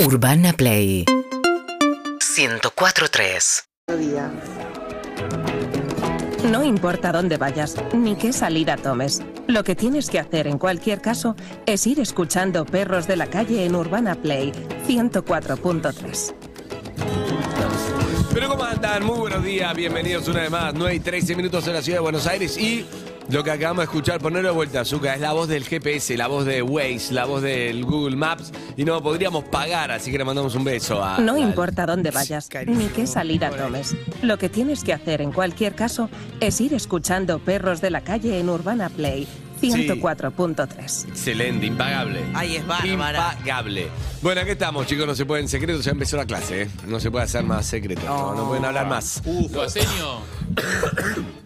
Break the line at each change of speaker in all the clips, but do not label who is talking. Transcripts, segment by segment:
Urbana Play 104.3
No importa dónde vayas, ni qué salida tomes. Lo que tienes que hacer en cualquier caso es ir escuchando Perros de la Calle en Urbana Play 104.3.
Pero ¿cómo andan? Muy buenos días, bienvenidos una vez más. 9 y 13 minutos en la ciudad de Buenos Aires y lo que acabamos de escuchar, ponerlo de vuelta, Azúcar, es la voz del GPS, la voz de Waze, la voz del Google Maps y no podríamos pagar, así que le mandamos un beso
Ah,
a...
No
al-
importa dónde vayas, ni qué salida tomes. Lo que tienes que hacer en cualquier caso es ir escuchando Perros de la Calle en Urbana Play 104.3.
Excelente, impagable.
Ay, es bárbara.
Impagable. Bueno, aquí estamos, chicos, no se pueden secretos, ya empezó la clase, ¿eh? No se puede hacer más secretos, no, no
Oh.
pueden hablar más.
Uh.
Lo aseño.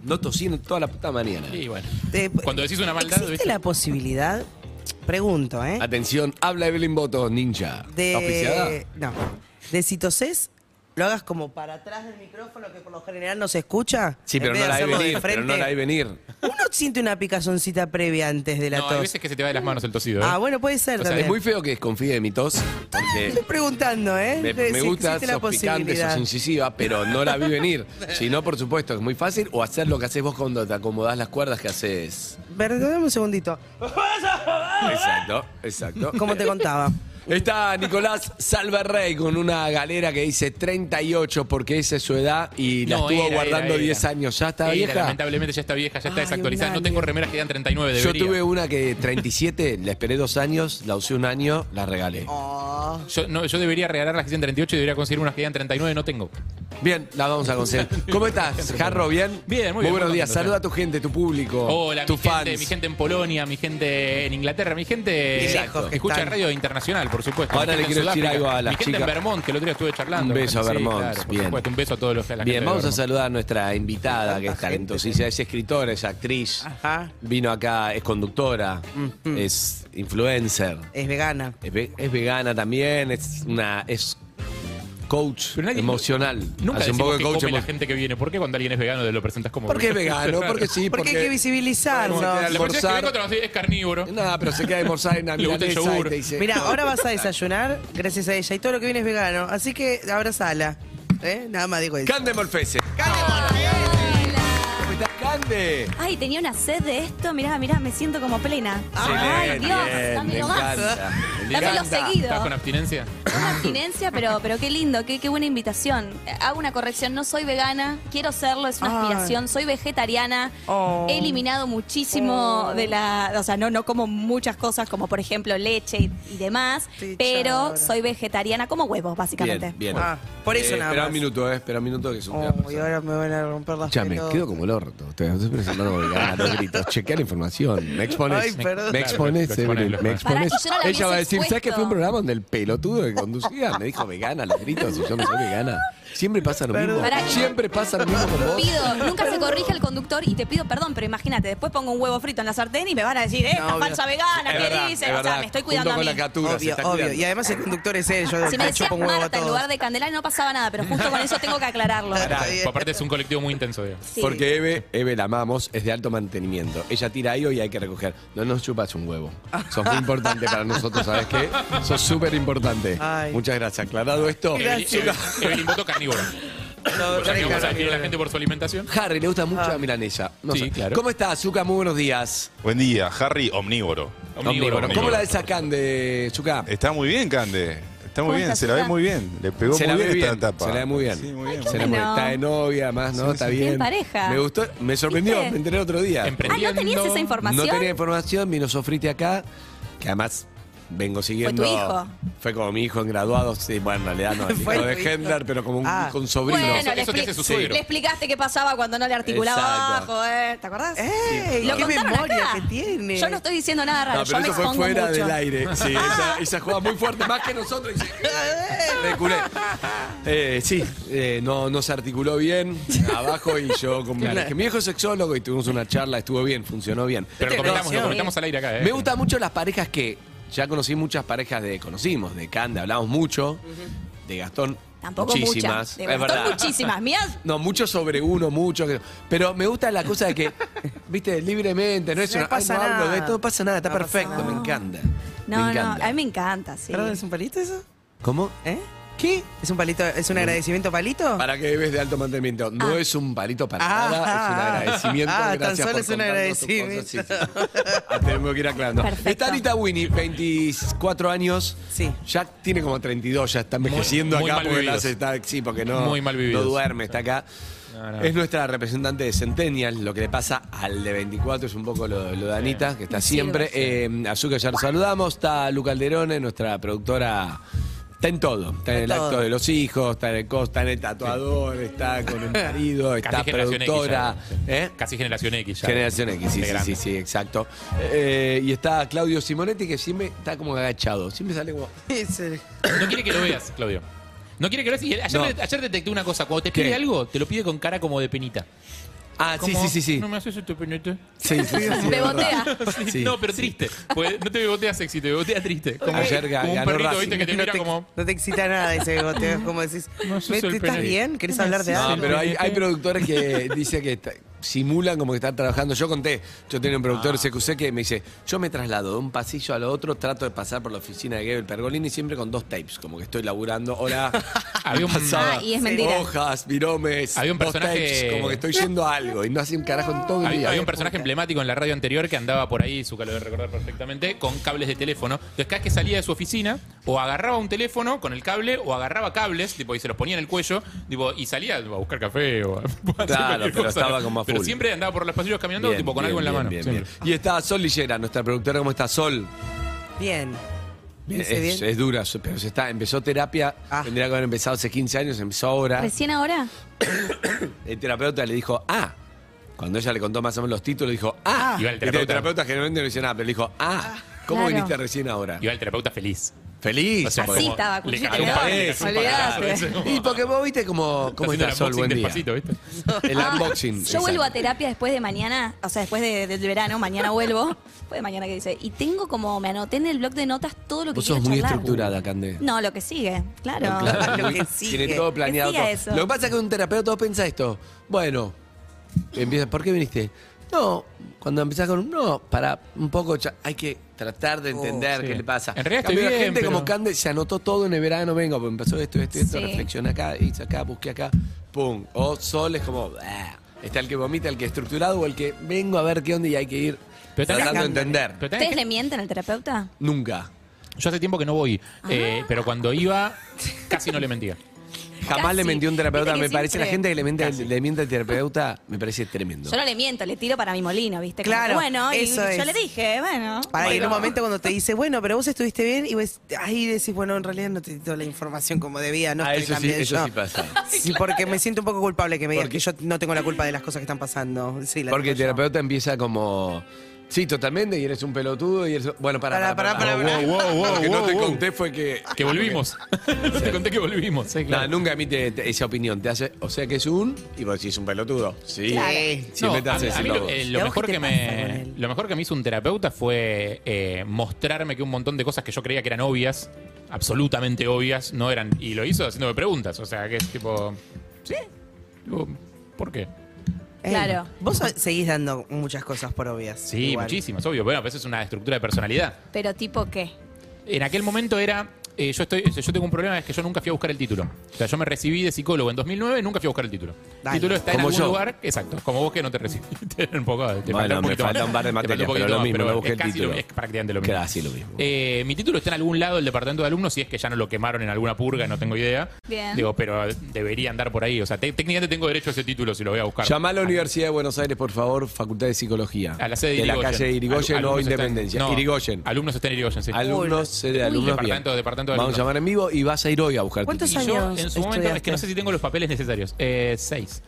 No tosiendo toda la puta mañana.
Y bueno.
Eh,
Te- pues,
Cuando decís una maldad,
Eh, ¿Existe
¿viste?
la posibilidad, pregunto, ¿eh?
Atención, habla Evelyn Boto, ninja. Ah, ¿Auspiciada?
De, no, de citosés, lo hagas como para atrás del micrófono que por lo general no se escucha.
Sí,
en
pero
vez
no
de
la hay
hacerlo de
venir, pero no
frente.
la hay venir.
Uno siente una picazoncita previa antes de la
No, hay
tos.
veces que se te va de las manos el tosido. ¿eh?
Ah, bueno, puede ser
O sea, es
Es
también.
muy feo que desconfíe de mi tos. porque
Estoy preguntando, ¿eh?
me,
De
me
si
gusta,
existe la
sos picante, sos
posibilidad.
incisiva, pero no la vi venir. Si no, por supuesto, es muy fácil. O hacer lo que haces vos cuando te acomodás las cuerdas que haces.
Perdóname un segundito.
Exacto, exacto.
Como te contaba.
Está Nicolás Salverrey con una galera que dice 38 porque esa es su edad y la
No,
estuvo
era,
guardando
era, era.
10 años. ¿Ya está
Era,
vieja?
Lamentablemente ya está vieja, ya está
Ay,
desactualizada.
un
No
año.
tengo remeras que dan 39 de
Yo tuve una que 37, la esperé dos años, la usé un año, la regalé.
Oh,
yo, no, yo debería regalar las que dan 38 y debería conseguir unas que dan 39, no tengo.
Bien, la vamos a conseguir. ¿Cómo estás, Jarro? ¿Bien?
Bien, muy bien, muy
buenos días.
contento,
Saluda a tu gente, Oh, tu público,
Hola, mi
tus fans.
gente, mi gente en Polonia, mi gente en Inglaterra, mi gente
Qué lejos
que
que
escucha
están.
radio internacional, por supuesto.
Ahora
Mi gente
le
en
quiero decir
Sudáfrica,
algo a las
Mi gente
chicas.
en Vermont, que el otro día estuve charlando.
Un beso a
Sí,
Vermont,
claro, por
bien.
supuesto, un beso a todos los a la
Bien,
gente
vamos
de
a
Vermont.
saludar a nuestra invitada, que es
Tanta gente,
talentosísima, es escritora, es actriz,
Ajá.
vino acá, es conductora, es influencer,
es vegana.
es, ve- es vegana también, es una es coach
Pero nadie-
emocional.
Nunca
Hace un
decimos
poco de
que
coach
come la
emo-
gente que viene. ¿Por qué cuando alguien es vegano lo presentas como
Porque es vegano, porque sí,
Porque
porque...
hay que visibilizarlo.
Bueno,
La persona es
almorzar-
que otro, es carnívoro.
Nada, pero se queda a almorzar en la
Le gusta el
milanesa y
yogur.
te dice-
Mira, ahora vas a desayunar gracias a ella y todo lo que viene es vegano. Así que abrazala. ¿Eh? Nada más digo eso.
Cande Molfese. ¿Cómo estás, Cande?
Ay, tenía una sed de esto. Mirá, mirá, me siento como plena. Ay,
Excelente,
Dios,
bien,
dámelo
me
más.
encanta, me
Dámelo
encanta.
seguido.
¿Estás con abstinencia?
Una abstinencia, pero, pero qué lindo, qué, qué buena invitación. Eh, Hago una corrección, no soy vegana, quiero serlo, es una
Ay.
aspiración. Soy vegetariana,
Oh.
he eliminado muchísimo de la... O sea, no, no como muchas cosas como, por ejemplo, leche y, y demás,
Sí,
pero
chora.
soy vegetariana, como huevos, básicamente.
Bien, bien.
Ah, por eso nada
Espera
más.
un minuto, eh, espera un minuto que es un tema
Oh, y
personal.
ahora me van a romper las
Escuchame,
pelotas.
quedo como el orto. Ustedes me están presentando como vegana, no gritos. Chequea la información. Me expones.
Ay, perdón.
me expones,
Claro, lo
Evelyn,
expones, lo
me
expones.
expones.
Pará, yo no la
Ella va a
hubiese
decir, ¿sabes que fue un
expuesto.
programa donde el pelotudo que conducía me dijo vegana los gritos y yo no soy vegana? Siempre pasa lo mismo.
Pará.
Siempre pasa lo mismo con vos.
Pido, nunca se corrige el conductor y te pido perdón, pero imagínate, después pongo un huevo frito en la sartén y me van a decir, esta
obvio.
falsa vegana,
Es
¿qué
verdad, es
dices? O sea,
verdad.
me estoy
Junto
cuidando a
con
mí.
la catura, se
Obvio,
está
obvio.
cuidando.
Y además el conductor es él. Yo
Si me
le
decías
chupo un huevo a
Marta en
todos.
lugar de Candelaria no pasaba nada, pero justo con eso tengo que aclararlo. Ah,
Pará. Está bien.
Aparte es un colectivo muy intenso, digo.
Sí.
Porque Eve, Eve la amamos, es de alto mantenimiento. Ella tira ahí y hay que recoger. No nos chupas un huevo. Sos muy importante para nosotros, ¿sabes qué? Sos súper importante.
Ay.
Muchas gracias. Aclarado esto.
Evelyn, Evelyn voto carnívoro.
No,
O sea, que
claro,
vamos a adquirir
claro,
a la
claro.
gente por su alimentación.
Harry, le gusta mucho
Ah.
la milanesa. No
Sí,
sé.
claro.
¿Cómo estás, Zuka? Muy buenos días.
Buen día, Harry Omnívoro.
Omnívoro.
Omnívoro. ¿Cómo la desacan de Zuka?
Está muy bien, Cande. Está
¿Cómo
muy bien,
estás,
se la ve
Sara?
muy bien. Le pegó
Se la
muy bien
ve
esta
bien.
etapa.
Se la ve muy bien.
Sí, muy bien.
qué
Se la
bueno.
Está de novia, más, ¿no? Está
Tienen
bien.
pareja.
Me gustó, me sorprendió,
¿Viste?
me enteré otro día.
Ah, ¿no tenías esa información?
No tenía información, vino Sofriti acá, que además vengo siguiendo.
tu hijo?
Fue como mi hijo en graduados, sí, bueno, en realidad no, el hijo
Fue
de
tu hijo.
Hendler, pero como un,
Ah.
hijo, un sobrino.
Bueno,
Eso-
le,
eso te hace
expli-
su suegro.
le explicaste qué pasaba cuando no le articulaba
Exacto.
abajo, ¿eh? ¿Te acordás?
¡Ey!
Lo
¡Qué
contaron
memoria
acá.
que tiene!
Yo no estoy diciendo nada raro,
no, pero
yo me
eso fue
expongo
fuera
mucho.
del aire. Sí, ella, ella juega muy fuerte, más que nosotros. y se- Reculé. Eh, sí, eh, no, no se articuló bien abajo y yo como que mi hijo es sexólogo y tuvimos una charla, estuvo bien, funcionó bien.
Pero lo
No,
comentamos, lo
Información.
Este, comentamos al aire acá, ¿eh?
Me gustan mucho las parejas que ya conocí muchas parejas de conocimos, de Cande hablamos mucho, de Gastón
Tampoco
muchísimas,
muchas. De
es
Gastón,
verdad.
muchísimas. Mías,
No, mucho sobre uno, mucho. que- Pero me gusta la cosa de que, viste, libremente, no es
No
una- ay,
pasa
no hablo
nada.
de esto, no pasa nada, está
No pasa
perfecto, me
nada.
encanta.
no,
me
no,
encanta.
a mí me encanta, sí.
¿Perdón, es un palito eso?
¿Cómo?
¿Eh?
¿Qué?
¿Es un palito, es un agradecimiento palito?
Para que bebes de alto mantenimiento. No es un palito para
Ah.
nada, es un agradecimiento.
Ah, tan
Gracias
solo
por
es un
contarnos tus
agradecimiento.
cosas. Sí, sí. Ah, Tengo que ir aclarando.
Perfecto.
Está Anita Winnie, 24 años.
Sí.
Ya tiene como 32, ya está envejeciendo
muy
acá
mal
porque la
vividos.
hace- está, sí, porque no,
Muy mal vividos.
no duerme, está acá.
No, no.
Es nuestra representante de Centennial. Lo que le pasa al de 24 es un poco lo, lo de Anita, que está
Sí,
siempre.
sí.
Eh, Azúcar ya lo saludamos. Está Luca Alderone, nuestra productora. Está en todo. Está en el
En todo.
acto de los hijos, está en el, cos- está en el tatuador, está con el marido, está
Generación X,
productora.
ya.
¿Eh?
Casi generación X ya.
Generación X, sí,
De
sí,
grande.
sí, sí, exacto. Eh, y está Claudio Simonetti, que siempre está como agachado. Siempre sale como.
Ese-
No quiere que lo veas, Claudio. No quiere que lo veas. Y él- ayer,
No.
le- ayer detecté una cosa. Cuando te
¿Qué?
pide algo, te lo pide con cara como de penita.
Ah, sí,
Como,
sí, sí, sí.
¿No me haces esto penita?
Sí, sí, sí, sí, es
Bebotea.
verdad. Sí.
No, pero triste. Pues no te bebotea sexy, te bebotea triste. Como,
Ayer ga-
como un
ganó
perrito,
Racing.
viste, que te
no,
mira
te,
como...
no te excita nada ese bigoteo, es como decís,
No sos
"Mete,
el
¿estás
pene".
bien? ¿Querés hablar de
No,
No,
algo?
pero hay, hay productores que dicen que está- simulan como que están trabajando. Yo conté, yo tenía un
Ah.
productor CQC que me dice, yo me traslado de un pasillo al otro, trato de pasar por la oficina de Gabriel Pergolini siempre con dos tapes, como que estoy laburando. Hola.
Había un-
Pasaba
Ah, y es mentira.
Hojas, viromes,
Había un
dos
personaje-
tapes, como que estoy yendo a algo y no hacía un carajo en todo el
Había,
día.
había un personaje emblemático en la radio anterior que andaba por ahí, Zucca lo debe recordar perfectamente, con cables de teléfono. Entonces, cada vez que salía de su oficina, o agarraba un teléfono con el cable, o agarraba cables, tipo, y se los ponía en el cuello, tipo, y salía tipo, a buscar café o a hacer cualquier
pero estaba como a
Pero
full.
siempre andaba por los pasillos caminando,
Bien,
tipo, con
bien,
algo en la
bien,
mano.
bien,
siempre.
bien. Y está Sol Lillera, nuestra productora, ¿cómo está Sol?
Bien.
Bien,
Dice
es,
bien.
es dura, pero se está, empezó terapia,
Ah.
tendría que haber empezado hace 15 años, empezó ahora.
¿Recién ahora?
El terapeuta le dijo, ah. Cuando ella le contó más o menos los títulos, dijo, ah.
Igual el
Y
terapeuta-
generalmente no decía nada, pero le dijo, ah. ¿Cómo
Claro.
viniste recién ahora?
Iba el terapeuta feliz.
Feliz.
O sea,
Así
como-
estaba,
le
cuchillo
cagó un
te
par-
doy.
le cagó un par-
Olvidate.
es como-
Y porque vos viste cómo,
está
cómo
haciendo
está
el
Sol,
unboxing
buen
despacito,
día.
¿viste?
El
Ah,
unboxing.
Yo vuelvo a
exacto.
terapia después de mañana, o sea, después de- del verano, mañana vuelvo, después de mañana que dice, y tengo como, me anoté en el blog de notas todo lo que
Vos
quiero
sos muy
charlar.
estructurada, Cande.
No, lo que sigue, claro.
Claro. lo que
Tiene
sigue.
todo planeado.
Que siga
todo.
eso.
Lo que pasa es que un terapeuta todo piensa esto. Bueno, empieza, ¿por qué viniste? No, cuando empezás con un no, para un poco, cha- hay que tratar de entender
sí.
qué le pasa.
En realidad
Cambio,
estoy
la
bien,
gente como
pero-
Cande se anotó todo en el verano, vengo, pues empezó esto, esto, esto,
Sí.
reflexioné acá, hice acá, busqué acá, pum. O sol es como, "Ah". está el que vomita, el que es estructurado o el que vengo a ver qué onda y hay que ir
Pero también-
tratando de entender.
Pero también-
¿Ustedes le mienten al terapeuta?
Nunca.
Yo hace tiempo que no voy,
Ah.
eh, pero cuando iba, casi no le mentía.
Jamás
Casi.
le mentí a un terapeuta.
Viste
Me
que
parece la
siempre-
gente que le miente, le miente al terapeuta, me parece tremendo.
Yo no le miento, le tiro para mi molino, ¿viste? Como
Claro,
que, bueno, y
eso
yo
es.
le dije, bueno.
Para que en
bueno.
un momento cuando te dice, bueno, pero vos estuviste bien, y vos ahí decís, bueno, en realidad no te di toda la información como debía, no
Ah,
estoy
eso
tan
sí,
bien
eso
yo".
sí pasa.
Sí, porque me siento un poco culpable que me digas
Porque-
que yo no tengo la culpa de las cosas que están pasando. Sí, la
Porque el
tengo yo.
terapeuta empieza como. Sí, totalmente, y eres un pelotudo, y eres. Bueno, para,
Pará,
para, para.
pará, pará,
Wow, wow, wow,
Lo que no
wow,
te
wow.
conté fue que.
Que volvimos. No te conté que volvimos. sí,
Nada,
claro.
nunca emite te- esa opinión. Te hace, o sea que es un. Y vos decís, un pelotudo. Sí.
Claro.
Siempre te
No,
hace
a- a mí
decirlo
lo,
vos.
eh, lo
¿Y a vos
mejor
qué
que
te pasa con
me,
él?
lo mejor que me hizo un terapeuta fue eh, mostrarme que un montón de cosas que yo creía que eran obvias, absolutamente obvias, no eran. Y lo hizo haciéndome preguntas. O sea, que es tipo. ¿Sí? Tipo, ¿Por qué?
Ey,
Claro.
Eh, Vos so- seguís dando muchas cosas por obvias.
Sí,
igual.
muchísimas, obvio. Bueno, pero eso es una estructura de personalidad.
Pero tipo qué?
En aquel momento era. eh, yo, estoy, yo tengo un problema, es que yo nunca fui a buscar el título. O sea, yo me recibí de psicólogo en 2009 y nunca fui a buscar el título. El
Dale.
título está en
Como
algún
yo.
lugar, exacto, como vos que no te recibiste. un poco, te
Bueno,
falta un
me
poquito más.
falta un par de
Te falta
materias,
poquito
pero lo
más,
mismo, no busqué
es
el
casi
título.
Lo, es prácticamente lo mismo.
Casi lo mismo.
Eh, mi título está en algún lado del departamento de alumnos, si es que ya no lo quemaron en alguna purga, no tengo idea.
Bien.
Digo, pero debería andar por ahí. O sea, te- técnicamente tengo derecho a ese título si lo voy a buscar.
Llamá a la Universidad de Buenos Aires, por favor, Facultad de Psicología.
A la sede de
la
Irigoyen.
calle Irigoyen
Al-
o
alumnos están-
Independencia.
no,
Irigoyen.
Alumnos están en Irigoyen, sí.
Alumnos, sede de alumnos. bien.
Departamento- departamento de
Vamos a
alumnos.
llamar en vivo y vas a ir hoy a buscar tu
¿Cuántos
título.
Y yo en
años
su momento, es que no
estudiaste?
sé si tengo los papeles necesarios. Eh, seis.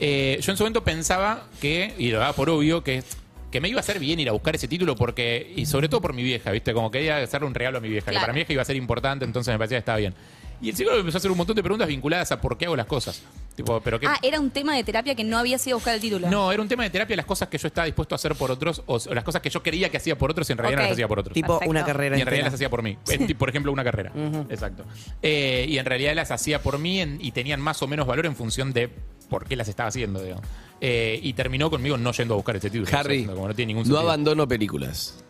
Eh, yo en su momento pensaba que, y lo daba por obvio, que, que me iba a hacer bien ir a buscar ese título porque, y sobre todo por mi vieja, ¿viste? Como quería hacerle un regalo a mi vieja, que
Claro.
para mi vieja iba a ser importante, entonces me parecía que estaba bien. Y el psicólogo me empezó a hacer un montón de preguntas vinculadas a por qué hago las cosas. Tipo, pero qué.
Ah, era un tema de terapia que no había sido buscar el título.
no, era un tema de terapia, las cosas que yo estaba dispuesto a hacer por otros, o, o las cosas que yo creía que hacía por otros y en realidad no
Ok.
las hacía por otros.
Tipo
Perfecto.
una carrera
Y en realidad las
entera.
hacía por mí. Eh, Por ejemplo, una carrera. Exacto. Eh, y en realidad las hacía por mí en- y tenían más o menos valor en función de por qué las estaba haciendo, digamos. Eh, y terminó conmigo no yendo a buscar este título.
Harry,
Como no tiene ningún
no
sentido.
abandono películas.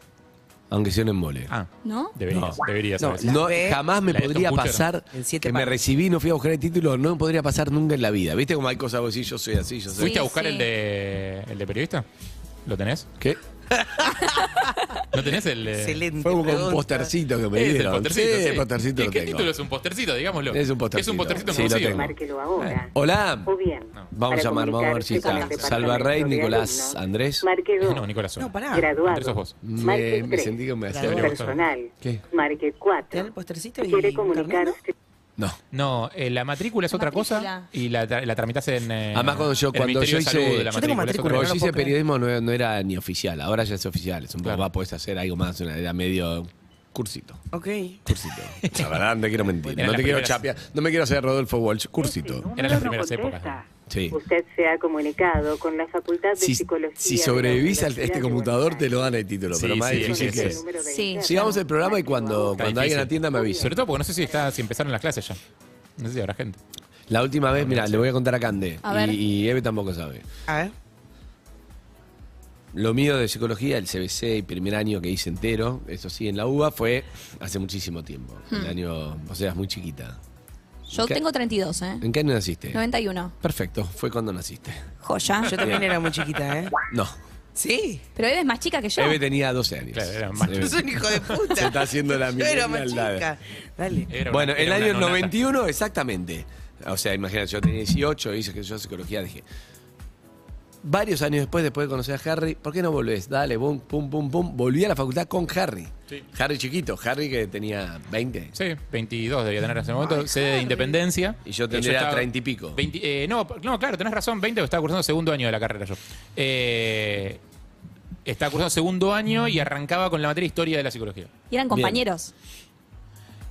aunque sea un embole.
Ah,
¿No?
deberías, deberías.
No,
¿sabes?
no,
B,
jamás me
la de Tom
podría
Kuchner.
pasar
En siete
que me
partes.
recibí, no fui a buscar el título, no me podría pasar nunca en la vida. ¿Viste como hay cosas vos decís, yo soy así, yo soy
¿Fuiste a
Sí,
buscar
sí.
el de el de periodista? ¿Lo tenés?
¿Qué?
¿No tenés el de-
Excelente.
Fue como un
pregunta.
postercito que me
Es el
dieron.
postercito.
Sí,
sí.
el postercito
¿Y
lo
¿Qué
tengo.
título es un postercito? Digámoslo.
Es un postercito.
Es un postercito
Sí, lo
conocido.
tengo.
Márquelo ahora.
Hola.
O bien.
Vamos a
para
llamar, vamos a ver si
comunicarse
está.
con el
Salvarrey,
departamento de
Nicolás,
alumnos.
Andrés.
Marque dos.
No, Nicolás.
No, pará.
Graduado.
Andrés, sos vos.
Me,
Marque
me
tres.
sentí que me hacía.
Graduado.
Personal.
¿Qué?
Marque
¿Te dan el
cuatro.
postercito y
Quiere
un carnet,
comunicarse.
No.
No, eh, la matrícula es
La
otra cosa
matrícula.
y la, tra- la tramitas en. eh,
Además, cuando yo-
el
cuando
Ministerio
yo
de Salud
hice-
de la
Yo
matrícula,
tengo
es otra
matrícula,
Cuando
no
yo
cosa.
lo
hice
puedo creer.
periodismo no, no era ni oficial, ahora ya es oficial. Es un poco
Claro.
más, puedes hacer algo más, una era medio cursito.
¿no? Ok.
Cursito. La verdad, no te quiero mentir.
Era
No
la
te quiero
primera.
chapear. No me quiero hacer Rodolfo Walsh. Cursito.
Eran las primeras épocas.
Sí.
Usted se ha comunicado con la Facultad de
Si,
Psicología.
si
de la
sobrevivís a
Universidad
este
de
computador,
Buenos
te lo dan el título.
Sí,
pero más
sí,
difícil
es
que
que
Aires.
es.
Número de
Sí.
interno.
Sigamos el programa y cuando,
Está
cuando alguien
difícil.
atienda me avisa.
Sobre todo porque no sé si, está, si empezaron las clases ya. No sé si habrá gente.
La última vez, mira, le voy a contar a Cande.
A ver.
Y, y Eve tampoco sabe.
A ver.
Lo mío de psicología, el CBC y primer año que hice entero, eso sí, en la UBA, fue hace muchísimo tiempo.
Hmm.
El año, o sea, es muy chiquita.
Yo
¿Qué?
tengo 32, ¿eh?
¿En qué año naciste?
91.
Perfecto, fue cuando naciste.
Joya.
Yo también era muy chiquita, ¿eh?
No,
Sí.
Pero Eve es más chica que yo.
Eve tenía 12 años.
Claro, era más
Eve-
Es un hijo de puta.
Se está haciendo la
Yo era más
millennial,
chica. Dale.
Era una-
Bueno, el
era una
año
nonata.
91, exactamente. O sea, imagínate, yo tenía 18, hice que yo psicología, dije. Varios años después, después de conocer a Harry, ¿por qué no volvés? Dale, boom, pum, pum, pum. Volví a la facultad con Harry.
Sí.
Harry chiquito, Harry que tenía 20.
Sí, 22 debía tener en ese momento, sede de Independencia. Eh,
Y yo tendría
estaba-
30 y pico.
20, eh, no, no, claro, tenés razón, 20, porque estaba cursando segundo año de la carrera yo. Eh, estaba cursando segundo año y arrancaba con la materia historia de la psicología.
Y eran compañeros.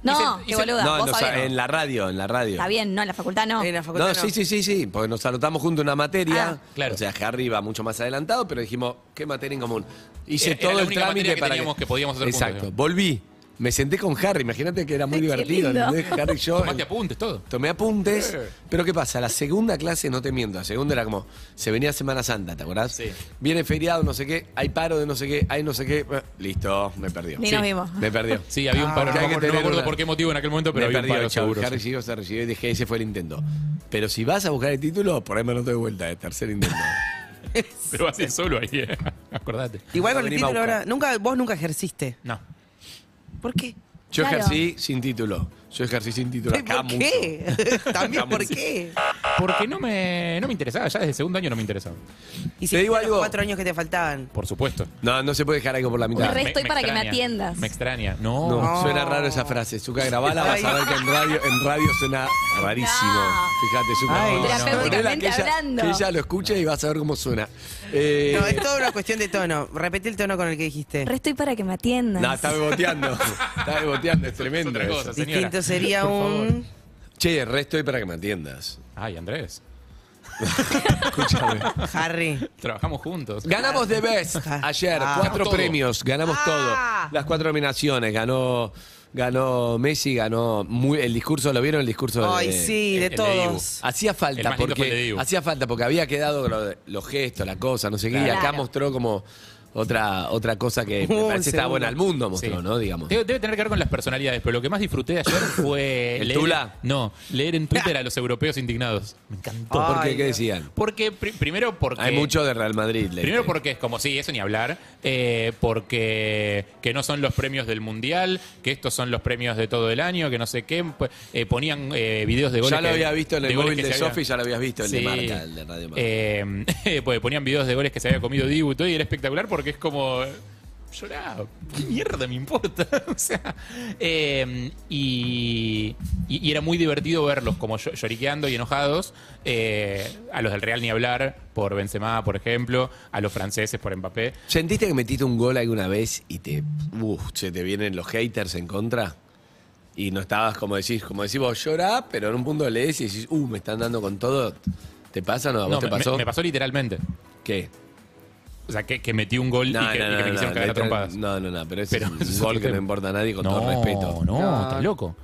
No,
Hice-
qué
hice-
boluda,
no, eh,
vos
no,
sabés.
en la radio, en la radio.
Está bien, no, en la facultad no.
En la facultad.
No, sí, sí, sí, sí, porque nos anotamos junto una materia.
Ah, claro.
O sea, Harry iba mucho más adelantado, pero dijimos, ¿qué materia en común? Hice
Era- era
todo
la
el
única
trámite
materia que
para.
teníamos que podíamos hacer juntos,
Exacto.
digamos.
Volví, me senté con Harry, imagínate que era muy divertido.
lindo.
¿entendés? Harry y yo.
Tomate apuntes, todo.
Tomé apuntes,
Eh.
pero ¿qué pasa? La segunda clase, no te miento, la segunda era como, se venía Semana Santa, ¿te acordás?
Sí.
Viene feriado, no sé qué, hay paro de no sé qué, hay no sé qué, eh, listo, me perdió.
Ni nos vimos.
Me perdió.
Sí, había un paro, no,
que
me
Ah, hay que
acuerdo- no me
tener
acuerdo
una-
por qué motivo en aquel momento, pero
me
había un
perdió,
paro
chau,
seguro.
Harry
sí.
siguió, se recibió y dije, ese fue el intento. Pero si vas a buscar el título, por ahí me anoto de vuelta, el tercer intento.
Pero así solo ahí, eh. acordate.
Igual con el
Abrí
título
Mauca.
ahora. Nunca, vos nunca ejerciste.
No.
¿Por qué?
Yo
Claro.
ejercí sin título. Yo ejercí sin título acá
¿Por
mucho.
qué? También, ¿por qué?
Porque no me, no me interesaba, ya desde el segundo año no me interesaba.
Y
Te
si
digo
los
algo.
cuatro años que te faltaban.
Por supuesto.
No, no se puede dejar algo por la mitad.
Re estoy para que me
extraña,
atiendas.
Me extraña. No.
No,
No.
suena raro esa frase. Zuka, grabala, vas a
Ay.
ver que en radio, en radio suena rarísimo.
No.
Fíjate, Zuka.
Ay,
no,
terapéuticamente
Ponela que ella-
hablando.
Que ella lo escuche y vas a ver cómo suena. Eh,
No, es toda una cuestión de tono. Repetí el tono con el que dijiste.
Re estoy para que me atiendas.
no, está beboteando. está beboteando, es tremendo.
otra
eso.
cosa, sí. señora.
Distinto sería
Por favor.
un.
Che, re estoy para que me atiendas.
Ay, Andrés.
Escúchame.
Harry.
Trabajamos juntos.
Ganamos The Best ayer,
Ah.
cuatro
Ganamos todo.
premios, ganamos
Ah.
todo. Las cuatro nominaciones, ganó ganó Messi, ganó muy- el discurso, ¿lo vieron? El discurso de-
Ay, sí,
el-
de
el de
todos.
Hacía
El
falta
más lindo fue el de
porque
Dibu.
hacía falta porque había quedado lo de- los gestos, la cosa, no sé qué, y acá
Claro.
mostró como otra otra cosa que me
Un
parece está
segundo.
buena al mundo mostró,
Sí.
¿no? Digamos.
Debe, debe tener que ver con las personalidades, pero lo que más disfruté de ayer fue
¿El
leer,
Tula?
no, leer en Twitter a los europeos indignados. Me encantó.
¿Por qué?
Ay,
¿Qué
Dios.
decían?
Porque pri- primero porque
Hay mucho de Real Madrid. le-
Primero porque es como, sí, eso ni hablar, eh, porque que no son los premios del Mundial, que estos son los premios de todo el año, que no sé qué, p- eh, ponían eh, videos de goles.
ya lo
que-
había visto en el
goles
móvil
que
de
se habían-
Sofi, ya lo habías visto el de
Sí.
Marca, el de Radio Marca.
Eh, pues ponían videos de goles que se había comido Dibu y todo, y era espectacular porque es como. Llorá, ¿qué mierda me importa? o sea, eh, y, y- y era muy divertido verlos como llo- lloriqueando y enojados. eh, a los del Real ni hablar, por Benzema, por ejemplo, a los franceses por Mbappé.
¿Sentiste que metiste un gol alguna vez y te, uf, se te vienen los haters en contra? Y no estabas, como decís, como decís vos, llorá, pero en un punto lees y decís, uh, me están dando con todo. ¿Te pasa o no? ¿A vos
No,
te
me,
pasó?
me- me pasó literalmente.
¿Qué?
O sea, que, que metí un gol y que, y que me quisieron cagar a
letra-
trompadas.
no, no, no, pero ese
Pero
es
es
un gol
otro
que no
tema.
importa a nadie con
no,
todo respeto.
No, estás loco.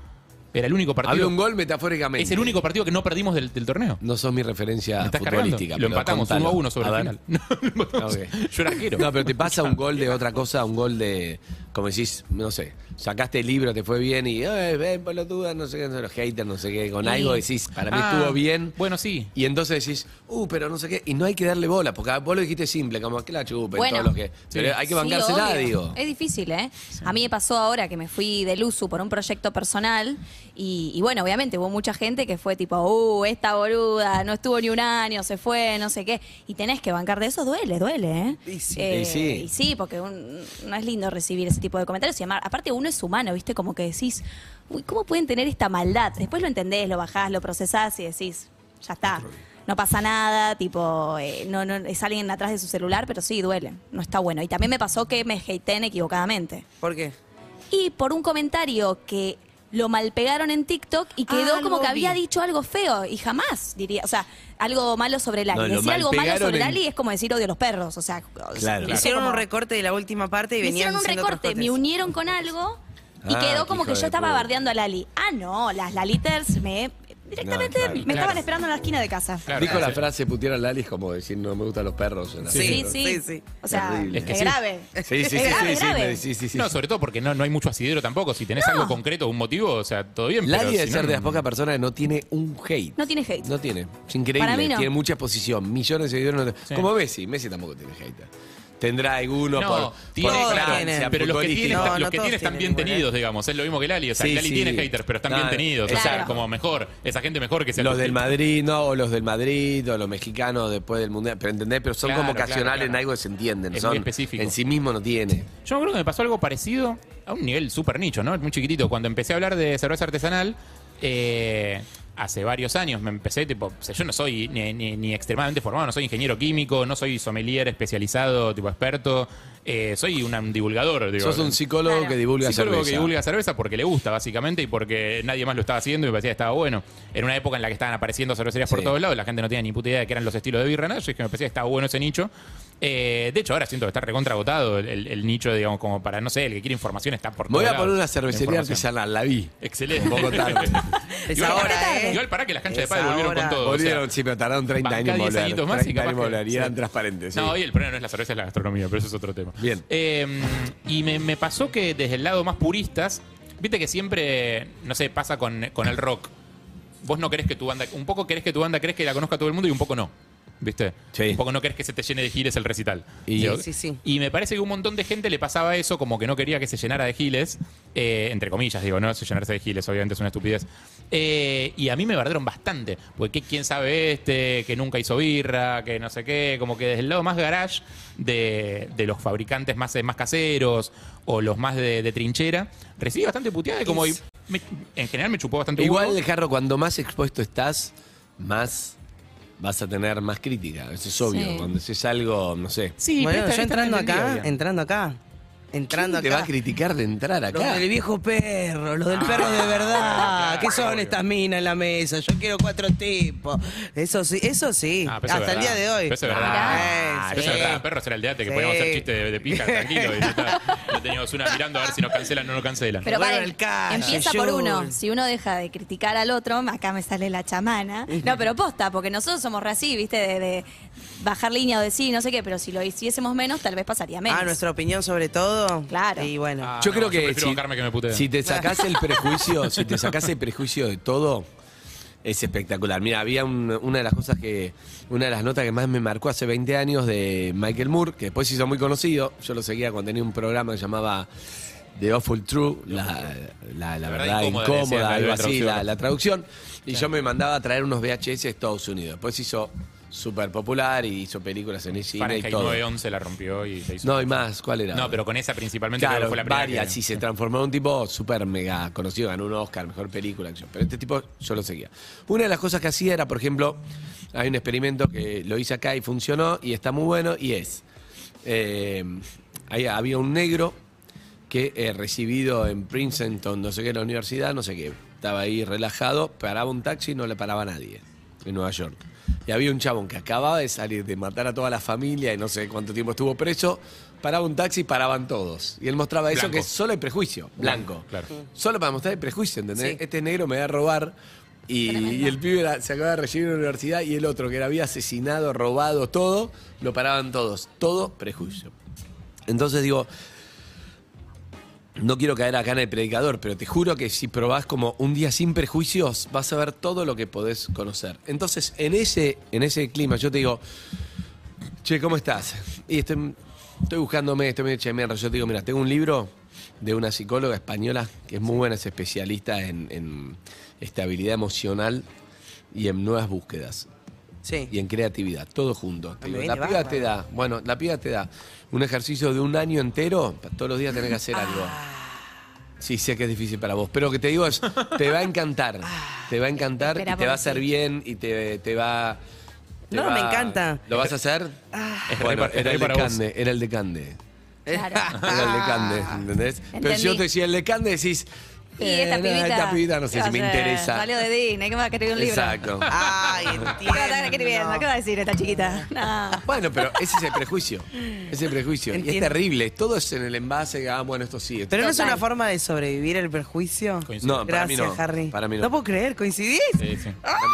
Era el único
Hablo
partido.
un gol metafóricamente.
es el único partido que no perdimos del, del torneo.
No sos mi referencia
Me estás cargando.
Ah, futbolística.
Lo
pero
empatamos
contalo.
1 a 1 sobre
A
el
ver.
final. No, lo empatamos.
Ok.
Yo era arquero.
No, pero te pasa un gol de otra cosa, un gol de como decís, no sé, sacaste el libro, te fue bien y, eh, ven, pelotuda, no sé qué, no sé, los haters, no sé qué, con
Y-
algo decís, para mí
Ah,
estuvo bien.
Bueno, sí.
Y entonces decís, uh, pero no sé qué, y no hay que darle bola, porque vos lo dijiste simple, como que la chupen,
Bueno.
todos los que. Pero hay que
Sí,
bancársela,
obvio.
digo.
Es difícil, ¿eh? A mí me pasó ahora que me fui del USU por un proyecto personal y, y bueno, obviamente hubo mucha gente que fue tipo, uh, esta boluda, no estuvo ni un año, se fue, no sé qué. Y tenés que bancar de eso, duele, duele, ¿eh?
Y sí.
Eh,
Y sí.
y sí, porque un- no es lindo recibir ese tipo de comentarios. Y amar- aparte uno es humano, ¿viste? Como que decís, uy, ¿cómo pueden tener esta maldad? Después lo entendés, lo bajás, lo procesás y decís, ya está. No pasa nada, tipo, eh, no, no, es alguien atrás de su celular, pero sí, duele. No está bueno. Y también me pasó que me hateen equivocadamente.
¿Por qué?
Y por un comentario que lo malpegaron en TikTok y quedó
Ah,
como
lo
que
vi.
había dicho algo feo y jamás diría, o sea, algo malo sobre Lali.
No, lo
decir algo malo
malpegaron
sobre
en-
Lali es como decir odio a los perros, o sea,
Claro.
hizo
Hicieron un
como-
recorte de la última parte y
me
venían
hicieron un
diciendo
recorte,
otros
me
cortes.
unieron con algo y
Ah,
quedó
qué
como que
hijo
yo
de
estaba
puta.
bardeando a Lali. Ah, no, las Laliters me directamente
No, claro.
me
Claro.
estaban esperando en la esquina de casa.
Claro,
Dijo la
sí.
frase putear a Lali es como decir no me gustan los perros. en la
Sí, sí.
vida.
sí, sí.
O sea,
Terrible.
es
Es que sí.
grave.
Sí, sí, sí,
Es grave,
sí,
es
sí,
grave.
me- sí, sí, sí.
No, sobre todo porque no, no hay mucho asidero tampoco. Si tenés algo concreto, un motivo, o sea, todo bien. pero
Lali debe
si
ser
no,
de las
no-
pocas personas que no tiene un hate.
No tiene hate.
No tiene. Es increíble.
Para mí no.
Tiene mucha exposición. Millones de seguidores. no te-
Sí.
Como Messi. Messi tampoco tiene hate. Tendrá alguno
No,
por,
tiene,
por
claro,
Francia,
tienen.
pero los que
futbolística.
tienen,
No,
los
no
que
todos
tienen están bien
tienen igual, ¿eh?
tenidos, digamos. Es lo mismo que Lali. O sea,
Sí,
Lali
sí.
tiene haters, pero están
No,
bien tenidos. O sea,
claro.
como mejor. Esa gente mejor que sea
Los del Madrid, no, o los del Madrid, o los mexicanos después del Mundial, pero entendés, pero son
Claro,
como
claro,
ocasionales en
claro.
algo que se entienden,
Es
son
muy específico.
en sí mismo no tiene.
Yo me acuerdo que me pasó algo parecido a un nivel súper nicho, ¿no? Muy chiquitito. Cuando empecé a hablar de cerveza artesanal, eh, hace varios años me empecé, tipo, o sea, yo no soy ni, ni- ni extremadamente formado, no soy ingeniero químico, no soy sommelier especializado, tipo experto, eh, soy un, un divulgador. Digo,
Sos un psicólogo
Claro.
que divulga
Psicólogo
cerveza.
que divulga cerveza porque le gusta, básicamente, y porque nadie más lo estaba haciendo y me parecía que estaba bueno. En una época en la que estaban apareciendo cervecerías por
Sí.
todos lados, la gente no tenía ni puta idea de qué eran los estilos de birra, nada, yo dije que me parecía que estaba bueno ese nicho. Eh, de hecho, ahora siento que está recontra agotado el, el- el nicho, digamos, como para, no sé, el que quiere información está por
Me voy
todos
a poner
lados.
una cervecería
Información.
artesanal, la vi.
Excelente.
Un poco tarde.
Es
igual,
ahora,
pará-
¿eh?
igual pará que las canchas
Es
de pádel volvieron con
ahora.
todo. o sea,
Volvieron, sí, pero tardaron 30
bancá
años en
10
volver.
añitos más y
30 años
capaz que-
volver, y
sí.
eran transparentes. sí.
No, hoy el problema no es la cerveza, es la gastronomía, pero eso es otro tema.
Bien.
Eh, y me, me pasó que desde el lado más puristas, viste que siempre, no sé, pasa con, con el rock. Vos no querés que tu banda, un poco querés que tu banda crees que la conozca todo el mundo y un poco no. ¿Viste?
Sí.
Un poco no querés que se te llene de giles el recital.
Y-
Digo,
Sí, sí.
y me parece que un montón de gente le pasaba eso, como que no quería que se llenara de giles, eh, entre comillas, digo, ¿no? Se llenarse de giles, obviamente es una estupidez. Eh, y a mí me bardearon bastante, porque ¿qué- quién sabe este, que nunca hizo birra, que no sé qué, como que desde el lado más garage de, de los fabricantes más, eh, más caseros o los más de, de trinchera, recibí bastante puteada y como... y me- en general me chupó bastante huevo.
Igual, Jarro, cuando más expuesto estás, más vas a tener más crítica. Eso es obvio.
Sí.
Cuando es algo, no sé.
Sí,
bueno,
pero esta-
yo
esta
entrando
entendía
acá,
bien.
entrando acá, entrando
¿Quién
acá.
te va a criticar de entrar
Los
acá?
del viejo perro, los del perro de verdad. ¿Qué son estas minas en la mesa? Yo quiero cuatro tipos. Eso sí, eso sí.
Ah, pero eso
Hasta
es
el día
verdad.
de hoy.
Pero eso es verdad.
Ah,
Pero
sí.
eso es verdad, perros era el de antes, que
Sí.
podíamos hacer chistes de, de pija, tranquilo. Y ya está. No teníamos una mirando a ver si nos cancelan o no nos cancelan.
Pero
Bueno,
paren,
el caso,
empieza por
Jules.
uno. Si uno deja de criticar al otro, acá me sale la chamana. No, pero posta, porque nosotros somos re así, ¿viste? De, de bajar línea o de sí, no sé qué, pero si lo hiciésemos menos, tal vez pasaría menos.
Ah, nuestra opinión sobre todo.
Claro.
Y bueno.
Ah,
yo
no,
creo que,
prefiero
si,
bancarme que me puteen.
si te sacás el prejuicio, si te sacás el prejuicio de todo, es espectacular. Mira, había un- una de las cosas que, una de las notas que más me marcó hace 20 años de Michael Moore, que después se hizo muy conocido. Yo lo seguía cuando tenía un programa que llamaba The Awful True, la, la- la verdad
incómoda,
incómoda,
decía, la-
algo
la
así, la,
traducción.
la traducción. Y yo me mandaba a traer unos VHS de Estados Unidos. Después se hizo súper popular y hizo películas en el cine y
Fahrenheit
todo.
911 la rompió y se hizo.
No, hay más, ¿cuál era?
No, pero con esa principalmente creo
Claro,
que fue la primera.
varias.
que-
Y se transformó en un tipo súper mega conocido. Ganó un Oscar, mejor película. qué sé yo. Pero este tipo yo lo seguía. Una de las cosas que hacía era, por ejemplo, hay un experimento que lo hice acá y funcionó y está muy bueno y es. eh, ahí había un negro que eh, recibido en Princeton, no sé qué, en la universidad, no sé qué. Estaba ahí relajado, paraba un taxi y no le paraba nadie en Nueva York. Y había un chabón que acababa de salir de matar a toda la familia y no sé cuánto tiempo estuvo preso, paraba un taxi y paraban todos. Y él mostraba eso
Blanco.
que es solo hay prejuicio, blanco.
Claro.
Solo para mostrar el prejuicio, ¿entendés?
Sí.
Este negro me va a robar. Y, y el pibe era- se acaba de recibir en la universidad y el otro que le había asesinado, robado, todo, lo paraban todos. Todo prejuicio. Entonces digo, No quiero caer acá en el predicador, pero te juro que si probás como un día sin prejuicios, vas a ver todo lo que podés conocer. Entonces, en ese, en ese clima, yo te digo, che, ¿cómo estás? Y estoy, estoy buscándome, estoy medio chemeando. Yo te digo, mira, tengo un libro de una psicóloga española que es muy buena, es especialista en, en estabilidad emocional y en nuevas búsquedas
Sí.
y en creatividad, todo junto. Te
Ah, me
digo,
viene
la piba
bárbaro.
te da, bueno, la piba te da un ejercicio de un año entero, pa- todos los días tenés que hacer
Ah.
algo. Sí, sé que es difícil para vos, pero lo que te digo es, te va a encantar, te va a encantar, y
Ah. Espera,
te va a
pobrecito.
hacer bien y te, te va... te
No,
va-
me encanta.
¿Lo vas a hacer?
Es re
Bueno,
pa- es
era
re
el de
para vos.
Cande, era el de Cande.
Ah. Claro. Ah.
Era el de Cande, ¿entendés? Pero si yo
Entendí.
te decía el de Cande, decís...
Y
eh,
esta pibita.
esta pibita no sé
¿qué
si
va
me
a hacer?
interesa.
Salió de Disney, ¿qué me va a escribir un libro? Ah,
Exacto.
Ay,
¿Qué va a estar escribiendo? ¿Qué va
entiendo.
a decir esta chiquita? No.
Bueno, pero ese es el prejuicio. Ese es el prejuicio. Y es
Entiendo.
terrible. Todo es en el envase. Ah, bueno, esto sí. esto-
Pero no es
Total.
una forma de sobrevivir al perjuicio.
Coincido.
no, para mí
Gracias,
no.
Harry.
Para mí no.
puedo creer, ¿coincidís?
Sí, sí.
¡Ah!
Para mí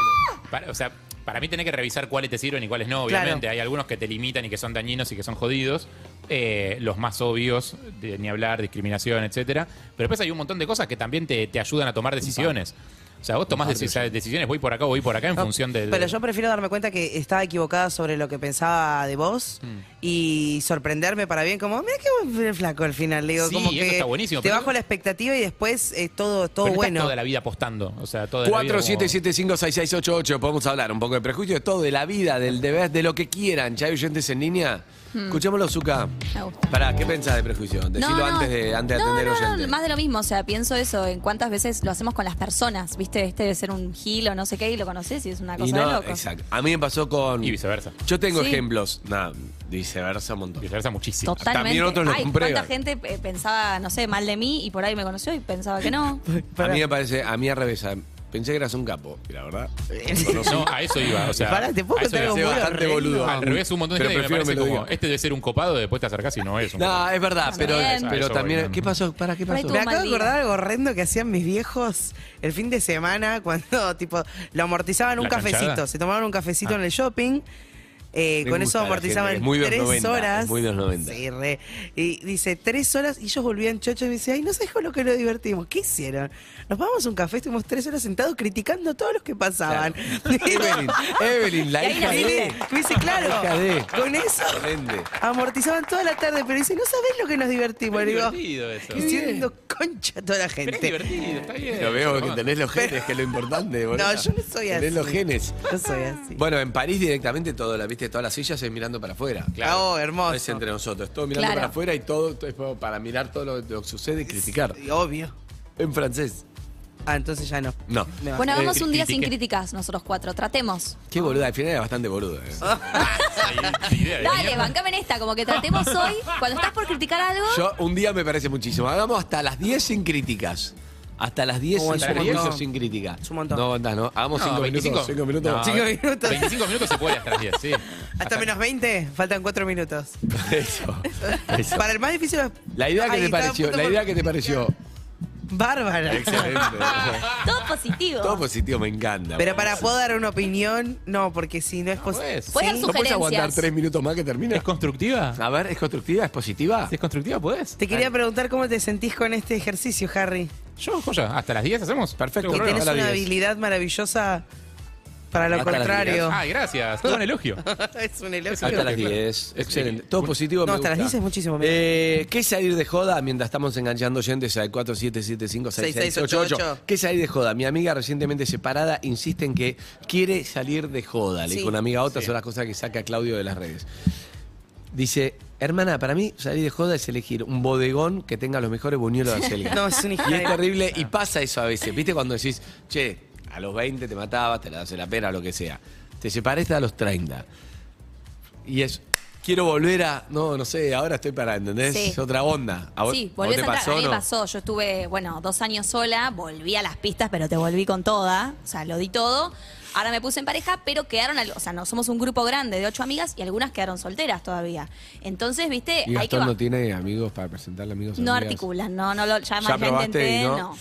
no.
Para- o sea, para mí tenés que revisar cuáles te sirven y cuáles no, obviamente.
Claro.
Hay algunos que te limitan y que son dañinos y que son jodidos. Eh, los más obvios, de ni hablar, discriminación, etcétera. Pero después hay un montón de cosas que también te, te ayudan a tomar decisiones. O sea, vos tomás deci- decisiones, voy por acá, voy por acá en
No,
función del...
Pero yo prefiero darme cuenta que estaba equivocada sobre lo que pensaba de vos
Mm.
y sorprenderme para bien, como, mira qué buen flaco al final. Le Digo,
Sí,
como
eso
que
está buenísimo,
Te
pero-
bajo la expectativa y después eh, todo, todo
Pero no estás
bueno.
toda la vida apostando. O sea, toda la vida como-
47756688. Podemos hablar un poco de prejuicio de todo, de la vida, del deber, de lo que quieran. Ya hay oyentes en línea. Escuchémoslo, Zuka.
Hmm. Me gusta.
Pará, ¿qué pensás de prejuicio? Decilo antes de, antes de
No,
atender
no, no,
oyentes.
más de lo mismo, o sea, pienso eso, en cuántas veces lo hacemos con las personas, ¿viste? Este debe ser un gil o no sé qué y lo conoces y es una
Y
cosa de
no,
loco.
exacto. A mí me pasó con.
Y viceversa.
Yo tengo
Sí.
ejemplos. Nada, viceversa un montón.
Viceversa muchísimo.
Totalmente.
También otros lo
Ay,
comprueban.
cuánta gente eh, pensaba, no sé, mal de mí y por ahí me conoció y pensaba que no.
A mí me parece, a mí al revés. a- Pensé que eras un capo, y la verdad.
No, a eso iba. O sea,
Pará, ¿te puedo
a eso iba.
contar algo muy
bastante
horrendo?
boludo.
Al revés, un montón de
Pero
gente que me
prefiero
parece
me lo
como,
diga.
este debe ser un copado, después te acercás y no es un
No,
copado.
es verdad, pero, Ah,
También.
pero
Eso
también.
voy, ¿no?
¿Qué pasó? ¿Para qué
Por ahí
pasó?
Me acabo de
Maldita.
acordar algo horrendo que hacían mis viejos el fin de semana cuando tipo lo amortizaban un
¿La chanchada?
cafecito. Se tomaban un cafecito en el shopping. eh,
Ah. Me
con
gusta
eso
la
amortizaban
gente, es muy de los
tres
90,
horas.
es muy de los 90.
Sí, re. Y dice, tres horas. Y ellos volvían chochos y me dice, ay, no sabes con lo que nos divertimos. ¿Qué hicieron? Nos vamos a un café, estuvimos tres horas sentados criticando a todos los que pasaban.
Evelyn, Evelyn, la
Y ahí
hija
naciste.
de.
me
Hija
dice,
de.
claro, con eso
Vende.
amortizaban toda la tarde. Pero dice, no sabés lo que nos divertimos.
Es
Le digo,
divertido eso.
Diciendo concha a toda la
Pero es
gente.
divertido, está bien.
Lo veo que
Bueno.
tenés los genes, que es lo importante, boludo.
No, yo no soy así.
Tenés los genes.
Yo soy así.
Bueno, en París directamente todo, la viste, todas las sillas es mirando para afuera.
Claro. Oh, hermoso.
No es entre nosotros, todo mirando
Claro.
para afuera y todo, todo es como para mirar todo lo, lo que sucede y criticar.
Y Obvio.
En francés.
Ah, entonces ya no.
No.
Me va.
Bueno, hagamos
Eh,
un día
critiqué.
sin críticas nosotros cuatro, tratemos.
Qué boluda, al final era bastante boluda. eh.
Ahí, ni idea de
Dale,
mierda.
bancame en esta, como que tratemos hoy, cuando estás por criticar algo,
Yo, un día me parece muchísimo. Hagamos hasta las 10 sin críticas. Hasta las 10 sin
Oh, es un
prejuicios,
montón.
sin crítica.
Es un montón.
No aguantás, ¿no? Hagamos
No,
5 minutos. 5 minutos.
No,
Cinco minutos.
25 minutos se puede hasta las 10, sí.
Hasta menos 20, faltan 4 minutos.
Eso. eso.
Para el más difícil es.
La idea que
Ay,
te
estaba a
pareció,
punto
la
por-
idea que te pareció.
Bárbara.
Excelente.
todo positivo.
Todo positivo, me encanta.
Pero para poder dar una opinión, no, porque si
Ah,
no es posible.
pues.
Pueden
¿No puedes
sugerencias.
aguantar tres minutos más que termina?
¿Es constructiva?
A ver, ¿es constructiva? ¿Es positiva?
Si es constructiva, podés.
Te quería preguntar cómo te sentís con este ejercicio, Harry.
Yo, joya, hasta las 10 hacemos.
Perfecto.
No
Y
tengo
tenés
ahora
una
diez.
habilidad maravillosa para lo
Hasta las
contrario.
problema. Ay, gracias. Todo un elogio.
es un elogio.
Hasta las
Claro.
10.
Es-
Excelente. Todo positivo.
No,
me
hasta las
gusta.
10 es muchísimo mejor.
Eh, ¿Qué es salir de joda mientras estamos enganchando oyentes al 47756688?
6688?
¿Qué es salir de joda? Mi amiga recientemente separada insiste en que quiere salir de joda. Le
Sí.
dijo una amiga a otra,
Sí.
son las cosas que saca Claudio de las redes. Dice, hermana, para mí salir de joda es elegir un bodegón que tenga los mejores buñuelos de acelga.
No, es un hija
Y este es
de-
terrible y pasa eso a veces. ¿Viste cuando decís, che, a los 20 te matabas, te la das en la pena, lo que sea? Te separaste a los 30. Y es, quiero volver a. No, no sé, ahora estoy para, ¿entendés?
Sí.
Es otra onda. ¿A vos,
sí,
vos
volvés
te
a entrar.
pasó,
a mí me
no?
pasó. Yo estuve, bueno, dos años sola, volví a las pistas, pero te volví con toda. O sea, lo di todo. Ahora me puse en pareja, pero quedaron, al- o sea, no somos un grupo grande de ocho amigas y algunas quedaron solteras todavía. Entonces, viste,
Y
hay que.
Gastón
ba-
no tiene amigos para presentarle amigos.
no
amigas?
articulan, no, no lo, ya, más
¿Ya
ya
probaste y
intenté,
no?
no.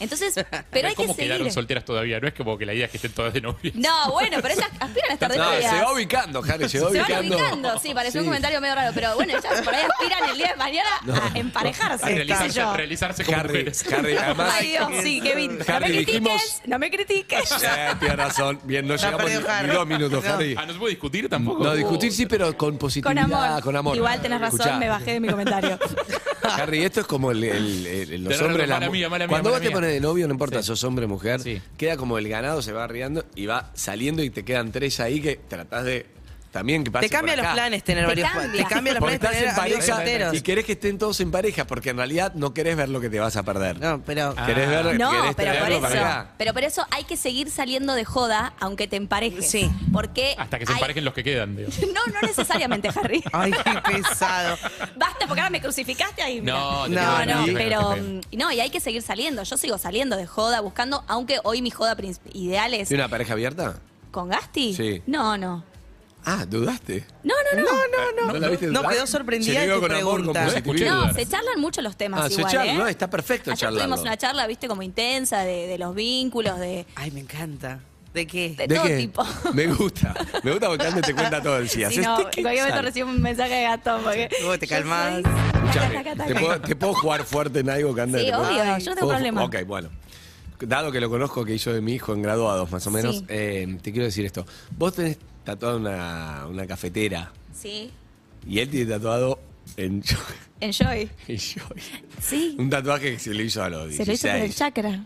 Entonces, pero hay
¿Cómo
que
quedaron
seguir.
solteras todavía? No es como que la idea es que estén todas de novia.
No, bueno, pero ellas aspiran a estar de
No,
novias.
se va ubicando, Harry, se va
Se van
ubicando.
ubicando, sí, pareció un
Sí.
comentario medio raro, pero bueno, ellas por ahí aspiran el día de mañana a
A
emparejarse, qué sé
realizarse, a
yo.
realizarse como
Harry,
mujeres.
Harry, además.
Ay, Dios, sí, Kevin. No me
Harry,
critiques,
dijimos-
no me critiques.
Eh, tienes razón. Bien, no,
No,
llegamos
perdió
ni,
Harry.
ni dos minutos,
No.
Harry.
Ah, no se puede discutir tampoco.
No, discutir sí, pero con
Con
positividad,
amor.
con amor.
Igual tenés razón,
Escuchá.
me bajé de mi comentario.
Harry, esto es como el, el- el- los
Tenés
hombres.
razón,
las
mala
mu-
mía, mala mía,
Cuando
mala
vos te
mía.
pones de novio, no importa,
Sí.
sos hombre o mujer,
Sí.
queda como el ganado se va arriando y va saliendo y te quedan tres ahí que tratás de también que pase
Te cambia
por
los
acá.
planes tener
Te
varios
cambia.
planes. Te cambia los
Porque
planes
estás
tener
en
amigos
pareja
solteros.
y querés que estén todos en pareja, porque en realidad no querés ver lo que te vas a perder.
No, pero.
Ah.
Querés ver
No,
querés
pero por
traerlo para
eso,
acá.
pero por eso hay que seguir saliendo de joda, aunque te emparejes.
Sí.
Porque
Hasta que se
hay-
emparejen los que quedan, digo.
No, no necesariamente, Harry.
Ay, qué pesado.
Basta, porque ahora me crucificaste ahí. mira.
No,
te
no,
pego,
no,
te
pego,
pero
te pego.
mm, no, y hay que seguir saliendo. Yo sigo saliendo de joda, buscando, aunque hoy mi joda princip- ideal es
¿Y una pareja abierta?
con Gasti.
Sí.
No, no.
Ah, ¿dudaste?
No, no, no.
No, no,
¿No la viste
no. No
dudar?
quedó sorprendida
Se
de
vio
tu
con amor, con
pregunta.
Escuché
positividad.
No,
dudar.
se charlan mucho los temas
Ah, se
igual,
charla,
¿eh?
no, está perfecto
Ayer
charlarlo.
tuvimos una charla, viste, como intensa de, de los vínculos, de...
Ay, me encanta. ¿De qué?
De- todo tipo.
Me gusta. Me gusta porque Andes te cuenta todo el día.
Si no, en cualquier momento recibo un mensaje de Gastón, porque...
Vos te
yo
calmás.
soy-
Escuchame,
Taca, taca,
¿te
taca.
puedo, te puedo jugar fuerte en algo que anda
Sí,
te puedo-
obvio, yo no tengo
¿Puedo-
problema.
Ok, bueno. Dado que lo conozco que hizo de mi hijo en graduados, más o menos,
Sí.
eh, te quiero decir esto. Vos tenés tatuada una, una cafetera
Sí,
y él tiene tatuado en
enjoy.
en Joy.
Sí,
Un tatuaje que se le hizo a los 16.
se lo hizo por el chakra.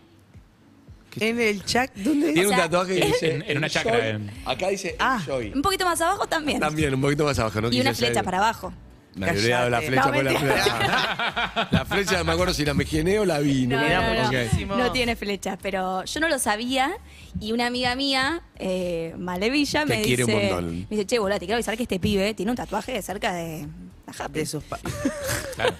En el chat, ¿dónde
Tiene
es?
O
un
sea,
tatuaje que
en-
dice
en- en una
en
chacra,
Joy.
en-
Acá dice
Ah.
Joy.
Un poquito más abajo también.
También, un poquito más abajo, ¿no?
Y una
Quise
flecha
ser-
para abajo.
Me habría dado la
Cállate.
flecha
No,
por la
mentira.
flecha. La flecha, no me acuerdo si la mejeneo o la vino.
No,
Era
no, no,
buenísimo.
no tiene flechas, pero yo no lo sabía y una amiga mía, eh,
Te
Malevilla, me
quiere
dice,
un montón.
me dice, che, boludo, te quiero avisar que este pibe tiene un tatuaje de cerca de... Ajá,
De sus pa-
Claro.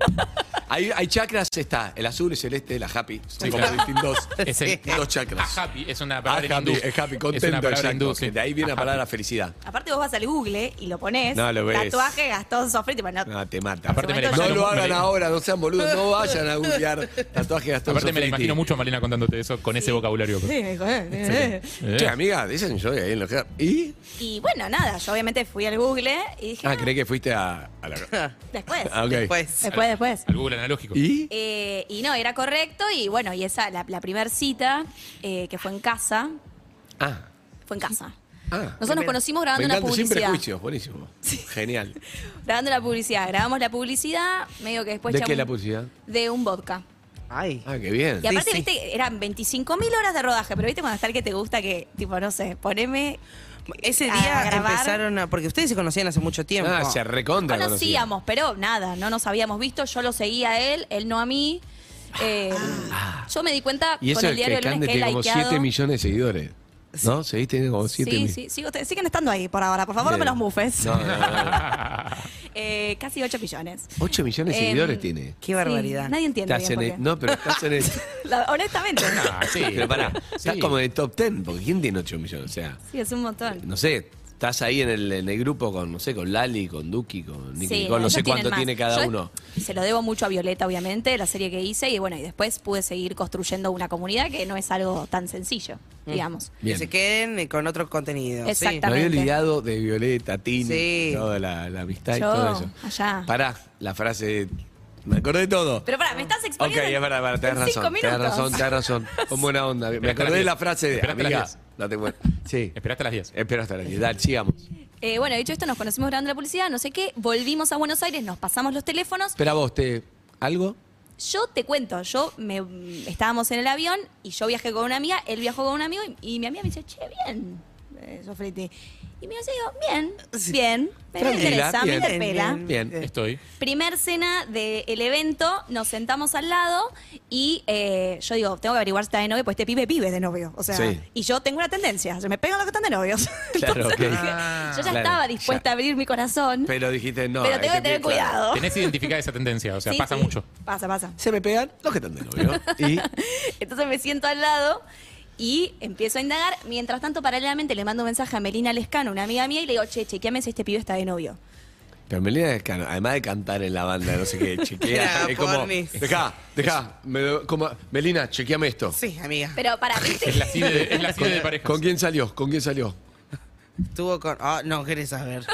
Hay, hay chakras, está el azul, el celeste, la happy. Son
Sí,
como
claro.
distintos,
Es el-
distintos chakras.
A happy es una
Ah,
palabra
happy,
hindú.
es happy,
Es una
contento,
palabra
exacto,
hindú,
que
sí.
De ahí viene la palabra felicidad.
Aparte vos vas al Google y lo pones,
No, lo ves. Ah,
tatuaje Gastón Sofriti, bueno, no,
No, te mata.
Aparte me la
no
imagino-
lo hagan
me la-
ahora, no sean boludos, no vayan a googlear tatuaje Gastón
Aparte me la
Sofriti.
imagino mucho a Malena contándote eso con ese vocabulario.
sí, me dijo, eh, eh, eh.
Eh.
Che, amiga, dicen yo ahí en los ¿Y?
Y bueno, nada, yo obviamente fui al Google y dije,
Ah,
"Ah,
creí que fuiste a, a la...
después,
Ah, ok.
Pues.
después, después.
Al Google analógico.
¿Y?
Eh, y no, era correcto y bueno, y esa, la, la primera cita, eh, que fue en casa,
Ah,
fue en casa.
ah.
Nosotros nos conocimos grabando
me
una
encanta, sin
publicidad.
prejuicios, buenísimo. Genial.
Grabando la publicidad. Grabamos la publicidad, medio que después
¿De
echamos-
qué la publicidad?
De un vodka.
Ay.
Ah, qué bien.
Y aparte,
sí.
viste, eran 25.000 horas de rodaje, pero viste cuando está el que te gusta que, tipo, no sé, poneme...
Ese
a
día
grabar.
empezaron a. Porque ustedes se conocían hace mucho tiempo.
Ah, se recontra conocía.
Conocíamos, pero nada, no nos habíamos visto. Yo lo seguía a él, él no a mí.
Ah.
Eh, yo me di cuenta
Ah. Y
con
eso
el
es
diario
que
del lunes
Cande
que él
tiene como
likeado.
7 millones de seguidores. ¿No? Seguís teniendo como 7
Sí,
millones.
sí, sigo- siguen estando ahí por ahora. Por favor, no me los mufes.
No, no, no.
Eh, casi 8 millones.
8 millones de
Em,
seguidores tiene.
Qué barbaridad.
Sí, nadie entiende
Estás
bien
en
por
el-
qué.
no, pero estás en el.
La- honestamente.
Ah, sí,
pero pará, estás
Sí.
como en el top 10, porque ¿quién tiene 8 millones? O sea,
Sí, es un montón.
no sé, estás ahí en el, en el grupo con, no sé, con Lali, con Duki, con Nicky
Sí,
Nicole, no
ellos
sé
tienen
cuánto
más.
tiene cada
Yo
uno.
Se lo debo mucho a Violeta, obviamente, la serie que hice, y bueno, y después pude seguir construyendo una comunidad que no es algo tan sencillo,
Mm.
digamos.
Que se queden eh, con otro contenido. sí.
Exactamente.
Me había olvidado de Violeta, Tini,
Sí.
toda la, la amistad y
Yo,
todo eso.
allá.
Pará, la frase. Me acordé de todo.
Pero pará, me estás
Ok,
exponiendo.
es verdad, verdad,
en
tenés
cinco
razón, tenés
minutos.
razón, tenés razón. Con buena onda. Me
Espera hasta
acordé
las
de la
diez.
frase de
Espera hasta las
amiga,
diez.
no te mueras. Sí,
Esperaste a las 10.
espera hasta la diez. Dale, sigamos.
Eh, bueno, dicho esto, nos conocimos grabando la publicidad, no sé qué, volvimos a Buenos Aires, nos pasamos los teléfonos.
Espera vos, ¿te algo?
Yo te cuento, yo me estábamos en el avión y yo viajé con una amiga, él viajó con un amigo y, y mi amiga me dice, che, bien, eh, Sofriti. Y me dice, bien,
Sí.
bien, me me
Tranquila,
interesa, me
bien.
interpela.
Bien,
Bien.
Estoy.
Primer cena del evento, nos sentamos al lado y eh, yo digo, tengo que averiguar si está de novio, pues este pibe vive de novio. O sea,
Sí.
y yo tengo una tendencia, se me pegan los que están de novios.
Claro, ok.
dije,
Ah,
yo ya
claro,
estaba dispuesta
ya.
a abrir mi corazón, pero,
Pero dijiste no.
tengo
este
que tener
pie, claro.
cuidado.
Tenés identificada esa tendencia, o sea,
Sí,
pasa
sí,
mucho.
Pasa, pasa.
Se me pegan los que están de novio. Y
Entonces me siento al lado y empiezo a indagar. Mientras tanto, paralelamente le mando un mensaje a Melina Lescano, una amiga mía, y le digo, che, chequeame si este pibe está de novio.
Pero Melina, es can- además de cantar en la banda, no sé qué, chequea.
Era
es como,
pornis.
dejá, dejá. me do- como, Melina, chequeame esto.
Sí, amiga.
Pero para mí, este
Es la CIDE de, es la CIDE de parejas.
¿Con quién salió? ¿Con quién salió?
Estuvo con. Ah, no, querés saber.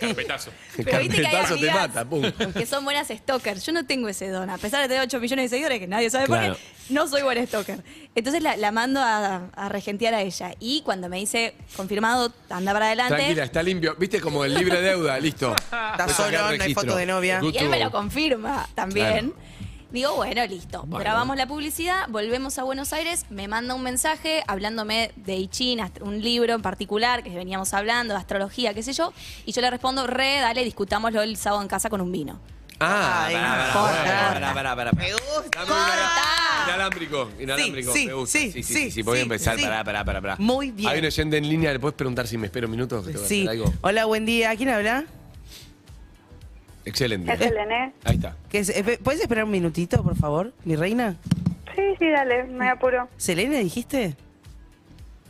Carpetazo.
pero viste que hay
Carpetazo te
amigas
mata, pum.
que son buenas stalkers. Yo no tengo ese don. A pesar de tener 8 millones de seguidores, que nadie sabe
Claro.
por qué, no soy buena stalker. Entonces la, la mando a, a regentear a ella. Y cuando me dice, confirmado, anda para adelante.
Tranquila, está limpio. ¿Viste como el libre deuda? Listo. Está
solo, no hay foto de novia.
Y él me lo confirma también.
Claro.
Digo, bueno, listo.
Bueno.
Grabamos la publicidad, volvemos a Buenos Aires, me manda un mensaje hablándome de I Ching, ast- un libro en particular que veníamos hablando, de astrología, qué sé yo. Y yo le respondo, re, dale, discutámoslo el sábado en casa con un vino.
Ah,
Ay,
pará,
no,
pará,
corta.
pará, pará, pará, pará.
Me gusta.
Dame una-
Corta.
Inalámbrico, inalámbrico.
Sí, sí,
me gusta.
sí,
sí, sí,
sí,
sí, Voy a
sí,
empezar.
sí.
Pará, pará, pará, pará.
Muy bien.
Hay un oyente en línea, ¿le puedes preguntar si me espero minutos? Que te voy a
Sí.
hacer algo.
Hola, buen día. ¿Quién habla?
Excelente.
¿Es Elené?
Ahí está.
¿Qué es? Eh, ¿Puedes esperar un minutito, por favor, mi reina?
Sí, sí, dale, me apuro.
¿Selene dijiste?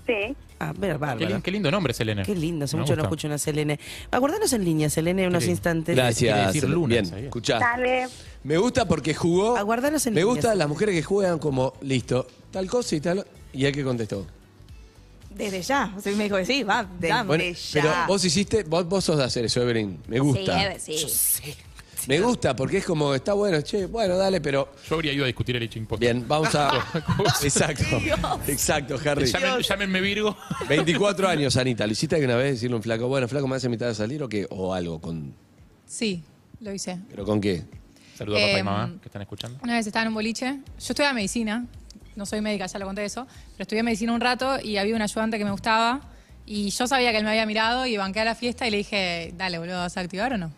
Sí.
Ah, pero
Qué,
bárbaro.
lin- qué lindo nombre, Selena.
Qué lindo, hace
Me
mucho no
gusta.
escucho una Selene. Acordanos en línea, Selene, unos
lindo.
instantes.
Quiere
Gracias.
decir luna,
Bien,
¿sabía?
escuchá.
Dale.
Me gusta porque jugó.
Aguardanos en
Me
línea,
gustan
sí.
las mujeres que juegan como, listo, tal cosa y tal. Y hay que contestó.
Desde ya. O sea, me dijo que sí, va,
Del-
vamos.
Bueno,
Ella.
pero vos hiciste, vos, vos sos de hacer eso, Evelyn. Me gusta.
Sí, Eve, sí.
Me gusta porque es como, está bueno, che, bueno, dale, pero
Yo habría ido a discutir el itching post.
Bien, vamos a. exacto. Exacto, Harry.
Llamen- llámenme Virgo.
24 años, Anita. ¿Lo hiciste alguna vez decirle a un flaco, bueno, flaco, me hace mitad de salir o qué? O algo, con.
Sí, lo hice.
¿Pero con qué?
Saludos a papá y
Em,
mamá que están escuchando.
Una vez estaba en un boliche. Yo estudiaba medicina. No soy médica, ya lo conté eso. Pero estudié medicina un rato y había un ayudante que me gustaba. Y yo sabía que él me había mirado y banqué a la fiesta y le dije, dale, boludo, ¿vas a activar o no?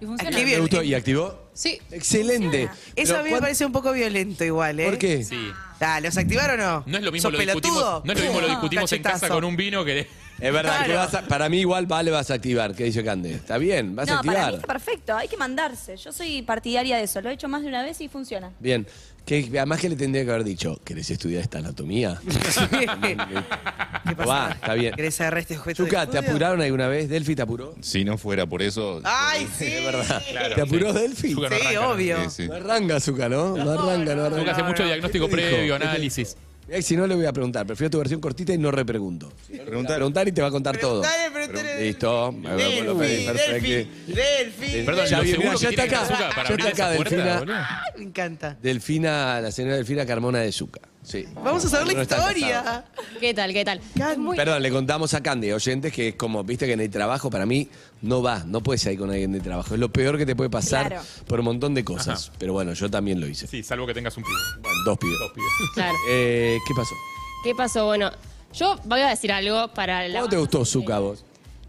Y funcionó.
Qué bien.
¿Te gustó y activó?
Sí.
Excelente.
Eso
Pero,
a mí me
¿cuán-
parece un poco violento igual, ¿eh?
¿Por qué?
Sí.
Ah, ¿los activaron o no?
No es lo mismo
¿Sos
lo discutimos,
pelotudo?
no es lo mismo lo
Pum,
discutimos en casa
cachetazo.
con un vino que de-
Es verdad, que
Claro.
vas a- para mí igual vale vas a activar, que dice Cande. Está bien, vas a
No, para
activar.
mí está perfecto. Hay que mandarse. Yo soy partidaria de eso. Lo he hecho más de una vez y funciona.
Bien. Que, además que le tendría que haber dicho, ¿querés estudiar esta anatomía?
¿Qué pasa?
Ah, Va, está bien.
¿Querés agarrar este objeto de
Zucca, ¿te
estudio?
apuraron alguna vez? ¿Delphi te apuró?
Si no fuera por eso.
¡Ay, sí!
Es verdad.
Claro,
¿Te apuró
sí.
Delphi?
Zucca no
Sí,
arranca, ¿no?
obvio.
Sí, sí.
No arranca, Zucca, ¿no? No arranca, no
Zucca
arranca.
hace mucho diagnóstico
¿Qué te dijo?
previo,
¿Qué te
análisis.
Mirá que si no, le voy a preguntar. Prefiero tu versión cortita y no repregunto. Preguntar.
Preguntar.
Preguntar y te va a contar todo.
Preguntale, preguntale.
Listo. Me voy a poner perfecto.
Delphi, Delphi.
Perdón,
ya,
lo
vi-
seguro
mirá,
que
ya está
tiene que
acá.
estar Zucca para
Ya
abrir
está acá,
esa puerta,
Delfina.
boludo.
Ah, Me encanta.
Delfina, la señora Delfina Carmona de Zucca. Sí.
Vamos a saber la
No está casada.
historia.
¿Qué tal, qué tal?
Can-
Perdón, le contamos a Candy, oyentes, que es como, viste que en el trabajo para mí no va, no puedes salir con alguien de trabajo. Es lo peor que te puede pasar
Claro.
por un montón de cosas. Pero bueno, yo también lo hice.
Sí, salvo que tengas un pibe.
Bueno, dos pibes.
Dos pibes.
Claro.
Eh, ¿Qué pasó?
¿Qué pasó? Bueno, yo voy a decir algo para la.
¿Cómo te gustó Zucca a vos?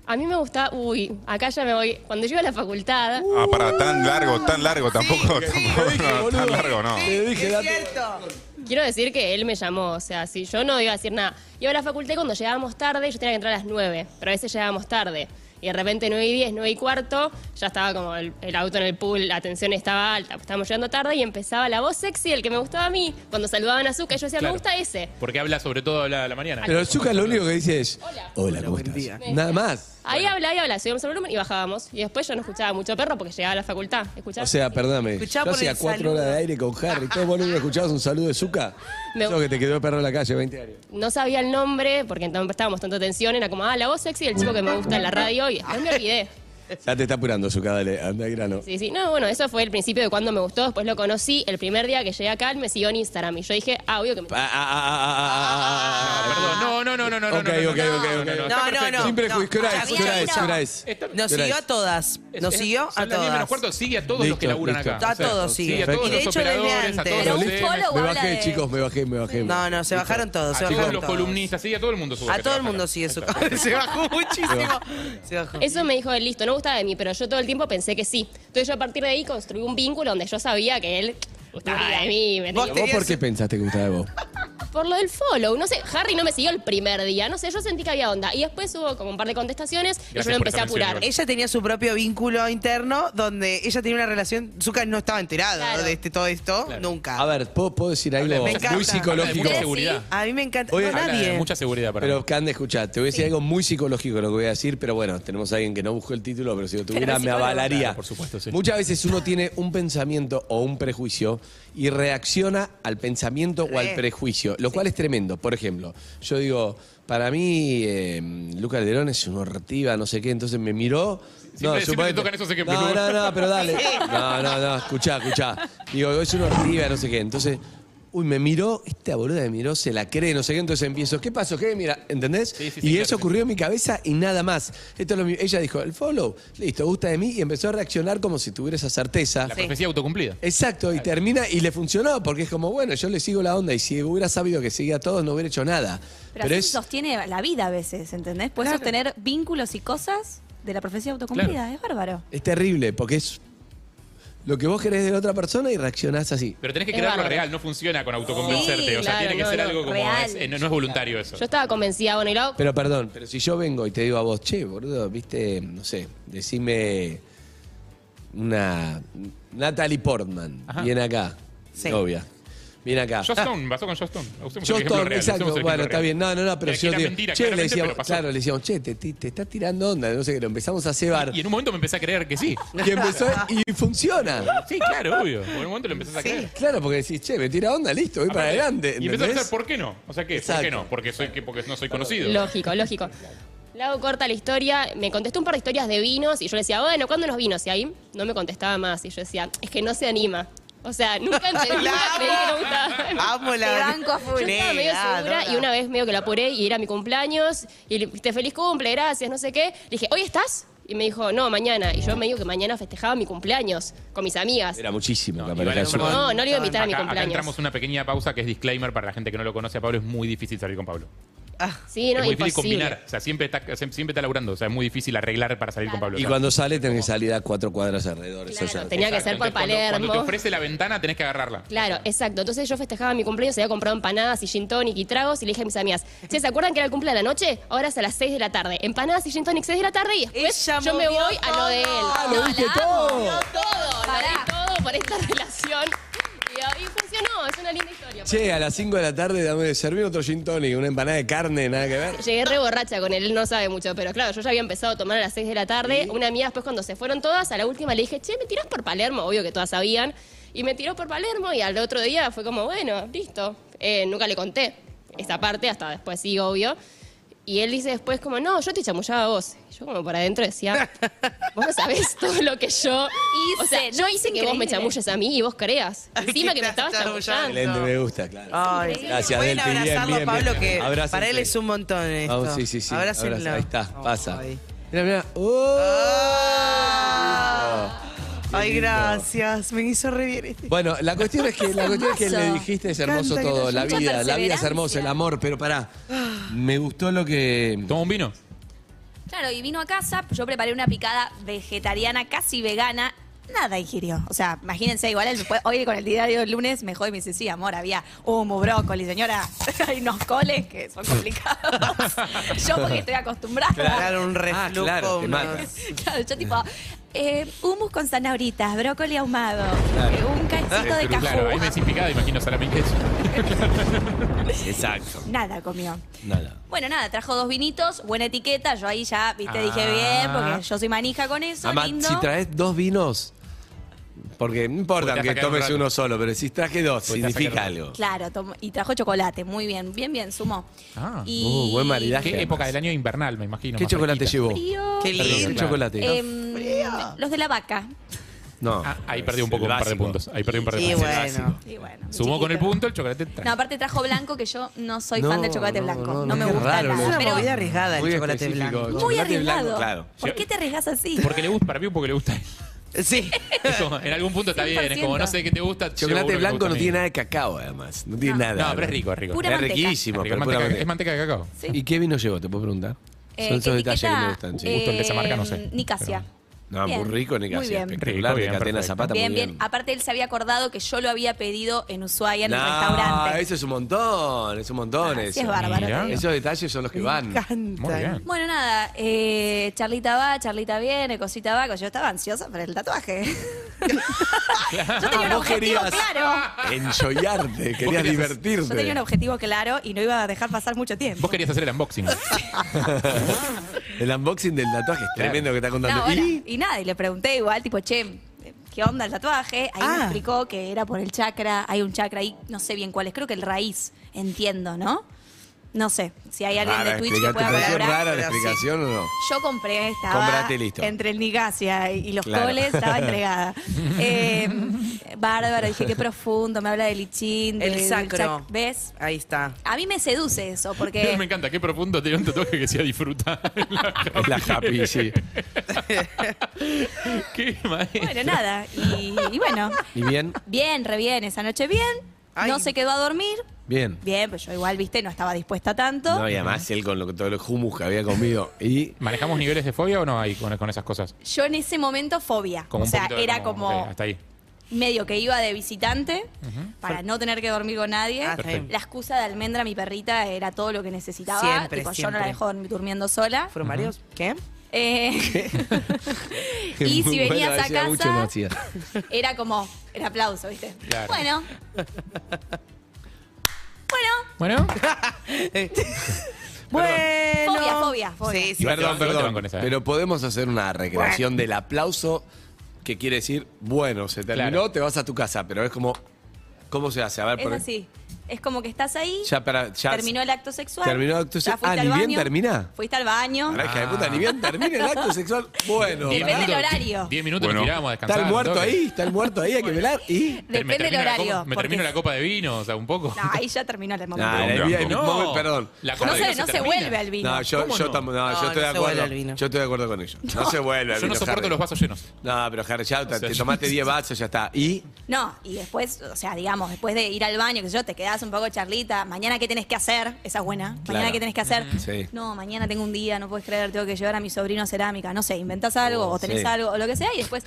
A mí me gusta. Uy, acá ya me voy. Cuando yo iba a la facultad.
Ah, para tan largo, tan largo tampoco. tampoco no, tan largo no.
Te dije,
Es
date-
cierto.
Quiero decir que él me llamó, o sea, si yo no iba a decir nada. Iba a la facultad y cuando llegábamos tarde, yo tenía que entrar a las 9, pero a veces llegábamos tarde. Y de repente 9 y 10, 9 y cuarto, ya estaba como el, el auto en el pool, la tensión estaba alta, pues estábamos llegando tarde y empezaba la voz sexy, el que me gustaba a mí. Cuando saludaban a Zucca, yo decía,
Claro.
me gusta ese.
Porque habla sobre todo a la, a la mañana.
Pero Zucca lo único que dice es, hola,
Hola.
¿cómo
buen
estás?
día.
Nada más.
Ahí hablaba y hablaba, subíamos el volumen y bajábamos. Y después yo no escuchaba mucho perro porque llegaba a la facultad. ¿Escuchaba?
O sea, perdóname,
Escuchá
yo
por
hacía
el
cuatro
saludo.
horas de aire con Harry, todo boludo, escuchabas un saludo de Zucca.
Me-
Eso que te quedó el perro en la calle 20 años.
no sabía el nombre porque entonces estábamos tanta tensión, era como, ah, la voz sexy del chico que me gusta en la radio y después me olvidé.
Ya te está apurando Zucca, dale, anda al grano.
Sí, sí. No, bueno, eso fue el principio de cuando me gustó. Después lo conocí. El primer día que llegué acá, él me siguió en Instagram. Y yo dije, ah, obvio que me...
Ah, ah, ah, ah, ah, ah, ah.
Perdón, no, no, no, no, no, no,
Ok,
no, no,
ok,
no,
ok,
no,
ok.
no, no, está
No, no,
perfecto.
no.
Siempre es ¿qué hora es? ¿Qué hora es? ¿Qué hora es?
Está-
Nos
Pero
siguió
es-
a todas.
es-
Nos
es-
siguió
son
a
las 10 menos
todas.
cuarto, sigue a todos los que
Listo,
laburan
listo.
acá.
A todos sigue.
sigue. a todos
Y de
los
hecho, desde
operadores, a todos
antes.
los
Pero un
CM,
follow
Me
habla
bajé,
de-
chicos, me bajé, me bajé.
No, no, se bajaron todos. Se
a todos
bajaron
Ah, los
todos.
columnistas, sigue a todo el mundo. supongo
A
que
todo
te
el mundo
bajaron.
sigue su Se bajó muchísimo. Se bajó.
Eso me dijo él, listo, no gustaba de mí, pero yo todo el tiempo pensé que sí. Entonces yo a partir de ahí construí un vínculo donde yo sabía que él gustaba de mí. ¿me
Vos
entendés?
¿Vos por qué pensaste que gustaba de vos?
por lo del follow. No sé, Harry no me siguió el primer día. No sé, yo sentí que había onda. Y después hubo como un par de contestaciones y yo
Gracias
lo
por
empecé
esa
a apurar.
mención,
Ella tenía su propio vínculo interno donde ella tenía una relación. Zuka no estaba enterada
Claro.
de este, todo esto nunca.
A ver, ¿puedo, puedo decir algo
Me encanta.
muy psicológico?
Mucha seguridad.
A mí me encanta.
Oye,
no,
Habla de
nadie.
mucha seguridad para mí.
Pero, Cande, escuchá, te voy a decir algo muy psicológico lo que voy a decir, pero bueno, tenemos a alguien que no buscó el título, pero si lo tuviera
es
me
psicólogo.
avalaría.
Claro, por supuesto, sí.
Muchas veces uno tiene un pensamiento o un prejuicio y reacciona al pensamiento o al
Re.
prejuicio, lo cual es tremendo. Por ejemplo, yo digo, para mí, eh, Luca Calderón es un ortiva, no sé qué, entonces me miró.
Siempre- siempre te
suponete-
tocan esos ejemplos,
No,
¿no?
no, no, pero dale. No, no, no, escuchá, escuchá. Digo, es una ortiva, no sé qué. Entonces, uy, me miró, esta boluda me miró, se la cree, no sé qué. Entonces empiezo, ¿qué pasó? ¿Qué? Mira, ¿entendés?
Sí, sí, sí,
y
claro,
eso
sí.
ocurrió en mi cabeza y nada más. Esto es lo mi- ella dijo, el follow, listo, gusta de mí. Y empezó a reaccionar como si tuviera esa certeza.
La profecía autocumplida.
Exacto, y termina y le funcionó, porque es como, bueno, yo le sigo la onda y si hubiera sabido que seguía a todos no hubiera hecho nada.
Pero,
Pero,
así
es...
sostiene la vida a veces, ¿entendés? Puedes sostener vínculos y cosas de la profecía autocumplida.
Claro.
Es bárbaro.
Es terrible, porque es lo que vos querés de la otra persona y reaccionás así.
Pero tenés que
Es
crearlo
bárbaro.
real, no funciona con autoconvencerte. o sea,
claro,
tiene que
no,
ser
no,
algo como.
real.
es- eh, no, no es voluntario eso.
Yo estaba convencida, bueno, y luego
Pero perdón, pero si yo vengo y te digo a vos, che, boludo, viste, no sé, decime una Natalie Portman,
Ajá.
viene acá,
Sí.
novia, viene acá.
Joss Stone, pasó con Joss Stone. Usemos el
Yo
ejemplo
estoy,
real,
exacto,
usemos el ejemplo
bueno, está
real.
bien. No, no, no, pero
Era
yo digo,
mentira,
che, le
claramente,
decíamos,
pero pasó.
claro, le decíamos, che, te, te, te está tirando onda, no sé qué, lo empezamos a cebar.
Y en un momento me empecé a creer que sí.
Y empezó y funciona.
Sí, claro, obvio. En un momento lo empezás a creer.
Claro, porque decís, che, me tira onda, listo, voy para
Aparte,
adelante.
Y empezás a
¿entendés?
pensar, ¿por qué no? O sea, ¿qué? ¿Por
Exacto.
qué no? Porque, soy, que, porque no soy conocido.
Lógico, lógico. Le hago corta la historia, me contestó un par de historias de vinos y yo le decía, bueno, ¿cuándo nos vinos? Y ahí no me contestaba más. Y yo decía, es que no se anima. O sea, nunca entendí,
La
nunca creí que no
amo.
gustaba.
Amo
Te
la.
banco a full.
Yo estaba medio
Nada,
segura
Dora.
y una vez medio que la apuré y era mi cumpleaños y le te feliz cumple, gracias, no sé qué. Le dije, ¿hoy estás? Y me dijo, no, mañana. Y yo me dijo que mañana festejaba mi cumpleaños con mis amigas.
Era muchísimo, capaz,
igual
era
era un
yo.
montón.
No, no le iba a invitar a mi
Acá, acá entramos
cumpleaños.
una pequeña pausa que es disclaimer para la gente que no lo conoce a Pablo. Es muy difícil salir con Pablo.
Ah,
Sí, no,
es muy difícil
imposible.
combinar. O sea, siempre está, siempre, siempre está laburando. O sea, es muy difícil arreglar para salir con Pablo.
Y
¿no?
cuando sale tenés que salir a cuatro cuadras alrededor. eso
Claro,
ya no
tenía que
Exacto,
ser por
entonces, cuando- Cuando te
Palermo.
ofrece la ventana tenés que agarrarla.
Claro, exacto. Entonces yo festejaba mi cumpleaños, había comprado empanadas y gin tonic y tragos y le dije a mis amigas, "Che, ¿se acuerdan que era el cumple de la noche? Ahora es a las 6 de la tarde. Empanadas y gin tonic 6 de la tarde y después
Ella
yo me
movió
voy a lo de él.
Ah, lo viste todo.
Todo,
Pará.
lo di todo por esta relación. Y, y funcionó, es una linda historia.
Che, a las 5 de la tarde dame servir otro gin tonic, una empanada de carne, nada que ver.
Llegué re borracha con él, él no sabe mucho, pero claro, yo ya había empezado a tomar a las 6 de la tarde. Una amiga después cuando se fueron todas, a la última le dije, che, ¿me tirás por Palermo? Obvio que todas sabían. Y me tiró por Palermo y al otro día fue como, bueno, listo. Eh, nunca le conté esta parte, hasta después sí, obvio. Y él dice después como, no, yo te chamullaba a vos. Y yo como por adentro decía, vos no sabés todo lo que yo hice. O sea, yo hice que vos me
increíble.
chamulles a mí y vos creas.
Ay,
Encima
que
que me
estás
estabas chamullando.
chamullando.
Excelente, me gusta, claro.
Ay,
Gracias,
Pueden
Delphi, bien,
abrazarlo
bien,
a Pablo,
bien.
que
Abrácense.
para él es un montón esto.
Vamos, sí, sí, sí.
Abrácenlo.
abraza, ahí está, pasa.
Ay.
Mira, mira. ¡Oh! Qué
Ay,
lindo.
gracias. Me hizo re bien este.
Bueno, la cuestión es que la cuestión es que le dijiste es hermoso
Canta,
todo, la
mucha
vida, la vida es
perseverancia.
hermosa, el amor, pero pará. Me gustó lo que
¿Toma un vino?
Claro, y vino a casa, yo preparé una picada vegetariana, casi vegana. Nada ingirió. O sea, imagínense, igual él fue- hoy con el diario del lunes me jode y me dice, sí, amor, había humo, brócoli, señora. Hay unos coles que son complicados. yo porque estoy acostumbrada.
Claro, un
Ah,
reflujo.
claro, te
unos-
mata.
Claro, yo tipo, eh, hummus con zanahoritas, brócoli ahumado,
Claro.
eh, un calcito de cajú.
Claro, ahí me decís picada, imagino salame y queso.
Exacto.
Nada comió.
Nada.
Bueno, nada, trajo dos vinitos, buena etiqueta. Yo ahí ya, viste, dije
Ah.
bien, porque yo soy manija con eso.
Además,
lindo.
si traes dos vinos, porque no importa
Podrías
que
sacar un
tomes
rato.
uno solo, pero si traje dos,
Podrías
significa
sacar un
algo.
Claro, tomó- y trajo chocolate, muy bien, bien, bien, sumó.
Ah.
Y-
Uh, buen maridaje.
¿Qué
además.
época del año invernal, me imagino?
¿Qué
más
chocolate
fresquita?
llevó?
Frío.
Qué
Perdón, ¿Qué
lindo.
chocolate?
Em, los de la vaca.
No.
Ah, ahí perdí un poco, un
El
par de
básico.
puntos. Ahí perdí un par de
Y
puntos.
bueno.
Y bueno, muy
Sumó con el
chiquito.
punto, el chocolate
No,
trajo.
aparte trajo blanco, que yo no soy
No,
fan del chocolate
no,
blanco.
no,
No,
no,
me
qué
gusta
raro,
Es
¿no?
nada.
una
pero
movida arriesgada
Muy
el chocolate
específico.
blanco.
muy
Chocolate blanco,
arriesgado.
claro.
¿Por qué te arriesgas así?
Porque le gusta, para mí porque le gusta.
Sí.
Es como, en algún punto está bien, es como no sé qué te gusta. llevo uno
Chocolate
que
blanco
me gusta a
no
mí.
tiene nada de cacao, además. No tiene
No.
nada.
No, pero es rico, es rico.
Pura
es
manteca.
Rico,
riquísimo,
es,
pero es pura
manteca,
manteca.
es manteca de cacao.
Sí.
¿Y qué vino llevó? Te puedo preguntar.
Eh,
Son esos
etiqueta,
detalles que me gustan. sí.
Gusto el de esa marca, no sé.
eh, Nicasia.
No,
Bien.
muy rico, Nica,
Muy
sí,
bien.
espectacular.
Rico, bien,
Nica, Atena
perfecto.
Zapata,
Bien,
muy
bien,
bien.
Aparte, él se había acordado que yo lo había pedido en Ushuaia, en el
No,
restaurante.
eso es un montón, es un montón eso.
Así es bárbaro.
Mirá.
te digo.
Esos detalles son los que van.
Muy bien.
Bueno, nada, eh, Charlita va, Charlita viene, cosita va, yo estaba ansiosa por el tatuaje. yo tenía un
Ah, Vos
objetivo
querías
claro.
enchollarte, querías
querías-
divertirte.
Yo tenía un objetivo claro y no iba a dejar pasar mucho tiempo.
Vos querías hacer el unboxing.
El unboxing del tatuaje es tremendo que está contando.
No, bueno,
Y-
y nada, y le pregunté igual, tipo, che, ¿qué onda el tatuaje? Ahí
Ah.
me explicó que era por el chakra, hay un chakra ahí, no sé bien cuál es, creo que el raíz, entiendo, ¿no? No sé, si hay alguien
Rara
de Twitch que
explicación,
pueda
¿te pareció
colaborar.
rara la
pero sí.
explicación o no?
Yo compré, estaba
Compraste y listo.
entre el Nigasia y y los
Claro.
coles, estaba entregada. Eh, bárbaro, dije, qué profundo, me habla del lichín.
El sacro.
¿Ves?
Ahí está.
A mí me seduce eso,
Me
porque...
encanta, qué profundo tiene un tatuaje que sea disfrutar.
Es la happy, sí.
qué maestro.
Bueno, nada, y, y bueno.
¿Y bien?
Bien, re bien, esa noche bien.
Ay.
No se quedó a dormir.
Bien.
Bien, pues yo igual, viste, no estaba dispuesta tanto.
No, y además él con lo, todo el humus que había comido. Y
¿Manejamos niveles de fobia o no hay con, con esas cosas?
Yo en ese momento fobia.
Como
o
un
sea,
poquito de
era como,
ok, hasta ahí.
medio que iba de visitante para no tener que dormir con nadie.
Ah, está bien.
La excusa de almendra, mi perrita, era todo lo que necesitaba.
Siempre,
Tipo, Yo no
siempre.
la dejo dormir- durmiendo sola.
¿Fueron varios? ¿Qué?
Eh, y si
Bueno,
venías a
hacía
casa,
mucho no hacía.
era como, el aplauso, ¿viste?
Claro.
Bueno.
Ah,
Bueno,
Bueno,
Bueno.
fobia, fobia, fobia.
Sí, sí.
Igual-
Perdón,
te van- te
perdón.
van con esa, eh.
Pero podemos hacer una recreación del aplauso que quiere decir, bueno, se terminó,
Claro.
te vas a tu casa, pero es como, ¿cómo se hace? A ver,
Es
por-
así. Es como que estás ahí,
Ya para, ya
terminó el acto sexual.
Terminó el acto
ya
sexual.
fuiste
Ah,
al
ni bien
baño,
termina.
Fuiste al baño.
Pará, hija de puta, ni bien termina el acto sexual. Bueno,
diez
Depende del
minutos-
horario.
Diez minutos
Bueno.
nos tirábamos a descansar.
está el
un
muerto
toque.
ahí, está el muerto ahí, hay que velar y...
Te- me
Depende del
termino la
horario.
copa- me
porque-
termino la copa de vino, o sea, un poco.
No, ahí ya terminó el momento.
Nah,
un
el-
gran
el-
No.
moment, perdón.
La
No
cosa
se, no se
termina.
vuelve al vino.
No, yo,
¿Cómo
yo,
no?
tam- no, yo
No, no
estoy de
se
acuerdo.
vuelve al vino.
Yo estoy de acuerdo con ellos. No, se vuelve al
Yo
vino.
no soporto
Harry.
los vasos llenos.
No, pero Harry, ya te,
sea,
te
yo-
tomaste 10 vasos, ya está. Y
No, y después, o sea, digamos, después de ir al baño, que yo, te quedás un poco charlita. Mañana, ¿qué tenés que hacer? Esa es buena. Mañana,
Claro.
¿qué tenés que hacer?
Sí.
No, mañana tengo un día, no puedes creer, tengo que llevar a mi sobrino a cerámica. No sé, inventás algo o tenés
sí.
algo o lo que sea y después,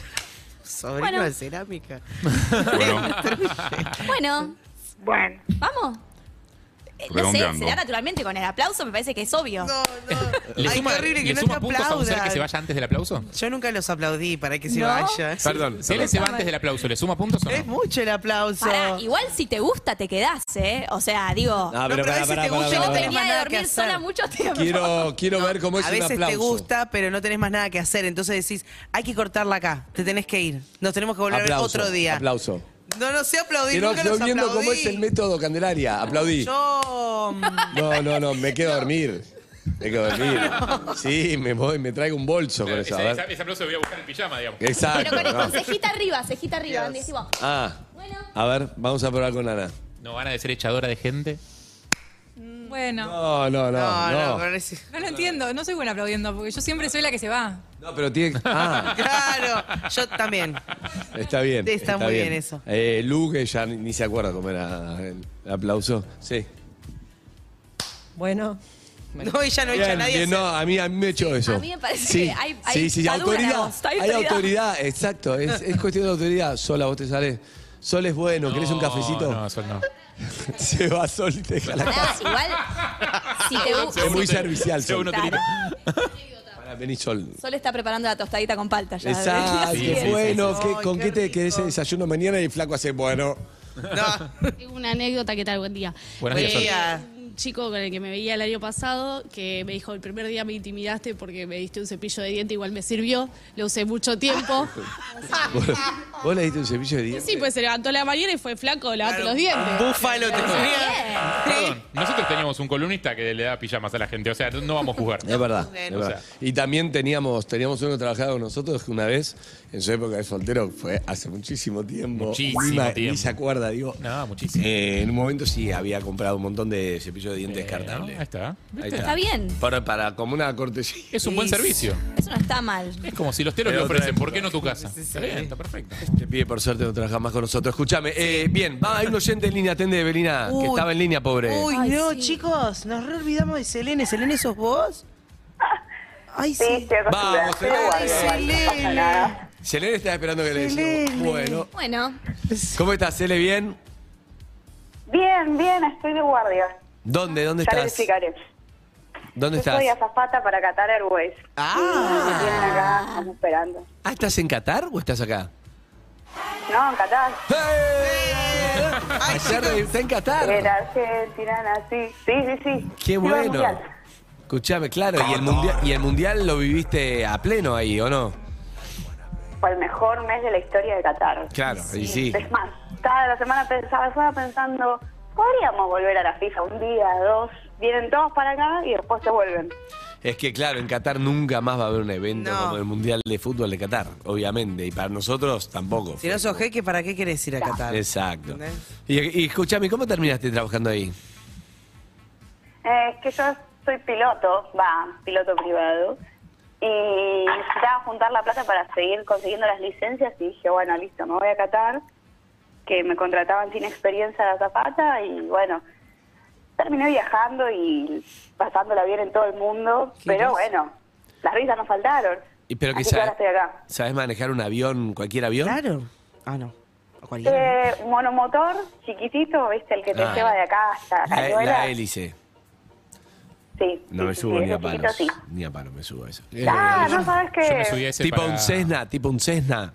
Sobrino
Bueno.
de cerámica.
bueno,
Bueno.
vamos. Eh, No sé,
Redondeando.
se da naturalmente con el aplauso, me parece que es obvio.
No, no.
¿Le
Ay,
suma,
qué horrible
le
que no
suma
te
puntos a un ser que se
aplaudan.
vaya antes del aplauso?
Yo nunca los aplaudí para que se
No.
vayan.
Perdón.
Si él se va antes del aplauso, ¿le suma puntos o
Es
no?
mucho el aplauso.
Pará, igual si te gusta, te quedás, ¿eh? O sea, digo,
Ah,
No, pero a veces te gusta y
yo
no tenés
venía
más
de
nada que
dormir
hacer.
sola mucho tiempo.
Quiero, quiero ver cómo es
a
un
veces
aplauso.
te gusta, pero no tenés más nada que hacer. Entonces decís, hay que cortarla acá. Te tenés que ir. Nos tenemos que volver a ver
Aplauso,
otro día.
Aplauso.
No, no sé aplaudir.
Quiero,
nunca
estoy
los
viendo
aplaudí.
cómo es el método Candelaria. Aplaudí.
Yo. mm,
No, no, no, me quedo a dormir. Me quedo a dormir. Sí, me voy, me traigo un bolso con eso. a
Ese,
ver.
ese- ese aplauso lo voy a buscar en pijama, digamos.
Pero
Exacto.
con,
no.
con cejita arriba, cejita arriba. Andy, así vos.
Ah,
Bueno,
a ver, vamos a probar con Ana.
¿No van a ser echadora de gente?
Bueno,
No, no, no.
No, no,
No,
pero es-
no lo entiendo, no soy buena aplaudiendo, porque yo siempre soy la que se va.
No, pero tiene. Ah,
Claro, yo también.
está bien.
Está muy bien eso.
Eh, Lu, que ya ni, ni se acuerda cómo era el aplauso. Sí.
Bueno,
No, ella no echa a
Bien,
nadie.
bien,
a
no, a mí, a mí me echó eso.
A mí me parece
Sí,
que hay- hay-
sí, sí, sí,
está dura la
autoridad.
voz, está
hay autoridad,
autoridad.
exacto. Es, es cuestión de autoridad. Sola, vos te sales. Sol es bueno, ¿querés un
No,
cafecito?
No, eso no.
Se va Sol y te deja la
pará,
casa.
igual, si te gusta.
Es muy servicial,
Sea
Sol.
uno trito.
Para venir Sol.
Sol está preparando la tostadita con palta ya.
Exacto,
Sí, sí, sí,
bueno,
sí.
¿qué-
Ay,
¿con
qué
qué te
rico.
querés el desayuno mañana? Y el flaco hace, bueno,
Tengo una anécdota, ¿qué tal? Buen día.
Buenos días, Sol.
ella.
Un chico con el que me veía el año pasado que me dijo, el primer día me intimidaste porque me diste un cepillo de diente, igual me sirvió, lo usé mucho tiempo.
¿vos, vos le diste un cepillo de dientes.
Sí, pues se levantó la mañana y fue flaco, lavate
Claro,
los dientes.
Búfalo te
Perdón, nosotros teníamos un columnista que le da pijamas a la gente, o sea, no vamos a jugar.
Es verdad, es verdad. Y también teníamos, teníamos uno trabajado con nosotros que una vez, en su época de soltero, fue hace muchísimo tiempo.
Muchísimo
ni, ma-
tiempo.
ni se acuerda, digo.
No, muchísimo.
Eh, en un momento sí había comprado un montón de cepillo de dientes descartables.
Eh, Ahí está.
Ahí
Está bien,
Para, para, como una cortesía.
Es un buen
Sí.
servicio.
eso no está mal.
Es como si los telos le
Pero otra
ofrecen,
época.
¿por qué no tu casa?
sí,
Está
sí.
bien, está perfecto.
Te pide por suerte no trabajar más con nosotros. Escúchame, eh, bien, va, hay un oyente en línea, atende Belina, que
Uy.
estaba en línea, pobre.
Uy,
Ay,
no,
sí.
chicos, nos re olvidamos de Selene. ¿Selene sos vos? Ay, sí.
estoy acostumbrada.
Vamos,
Pero
Elena.
bueno, igual, no pasa nada.
Selene está esperando que le decimos.
Selene.
Bueno.
Bueno,
¿Cómo estás, Sele? ¿Bien?
Bien, bien, estoy de guardia.
¿Dónde? ¿Dónde
Ya les
estás?
explicaré.
¿Dónde
Yo
estás?
soy azafata para Qatar Airways.
Ah.
Me tienen acá, estamos esperando.
Ah, ¿estás en Qatar o estás acá?
No, en Qatar.
¡Eh!
Ayer está en
Era
Qatar.
Argentina, así. Sí, sí, sí.
Qué
Iba al
bueno.
Mundial.
Escuchame, claro, y el, mundial, y el mundial lo viviste a pleno ahí, ¿o no?
Fue el mejor mes de la historia de Qatar.
Claro, y sí.
Es más, cada la semana pensaba, estaba pensando, podríamos volver a la FIFA un día, dos, vienen todos para acá y después se vuelven.
Es que claro, en Qatar nunca más va a haber un evento
No.
como el Mundial de Fútbol de Qatar, obviamente, y para nosotros tampoco.
Si no sos jeque, ¿para qué querés ir a Qatar?
Exacto.
¿Entendés?
Y, y escúchame, ¿cómo terminaste trabajando ahí?
Eh, es que yo soy piloto, va, piloto privado, y necesitaba juntar la plata para seguir consiguiendo las licencias y dije, bueno, listo, me voy a Qatar, que me contrataban sin experiencia de zapata y bueno, terminé viajando y pasándola bien en todo el mundo,
Qué
pero
lindo.
bueno, las risas no faltaron.
Y, pero que
Así que
sa-
ahora estoy acá.
¿Sabes manejar un avión, cualquier avión?
Claro. Ah, no. O cualquiera.
Eh, monomotor chiquitito, viste, el que te
Ah.
lleva de acá hasta
La,
Cañuelas.
la hélice.
Sí.
No
sí,
me
sí,
subo
sí,
ni
ese
a
chiquito
palos.
sí.
Ni a palos me subo a eso.
Ah, no sabes
yo me subí a
que...
ese
tipo
para-
un Cessna, tipo un Cessna.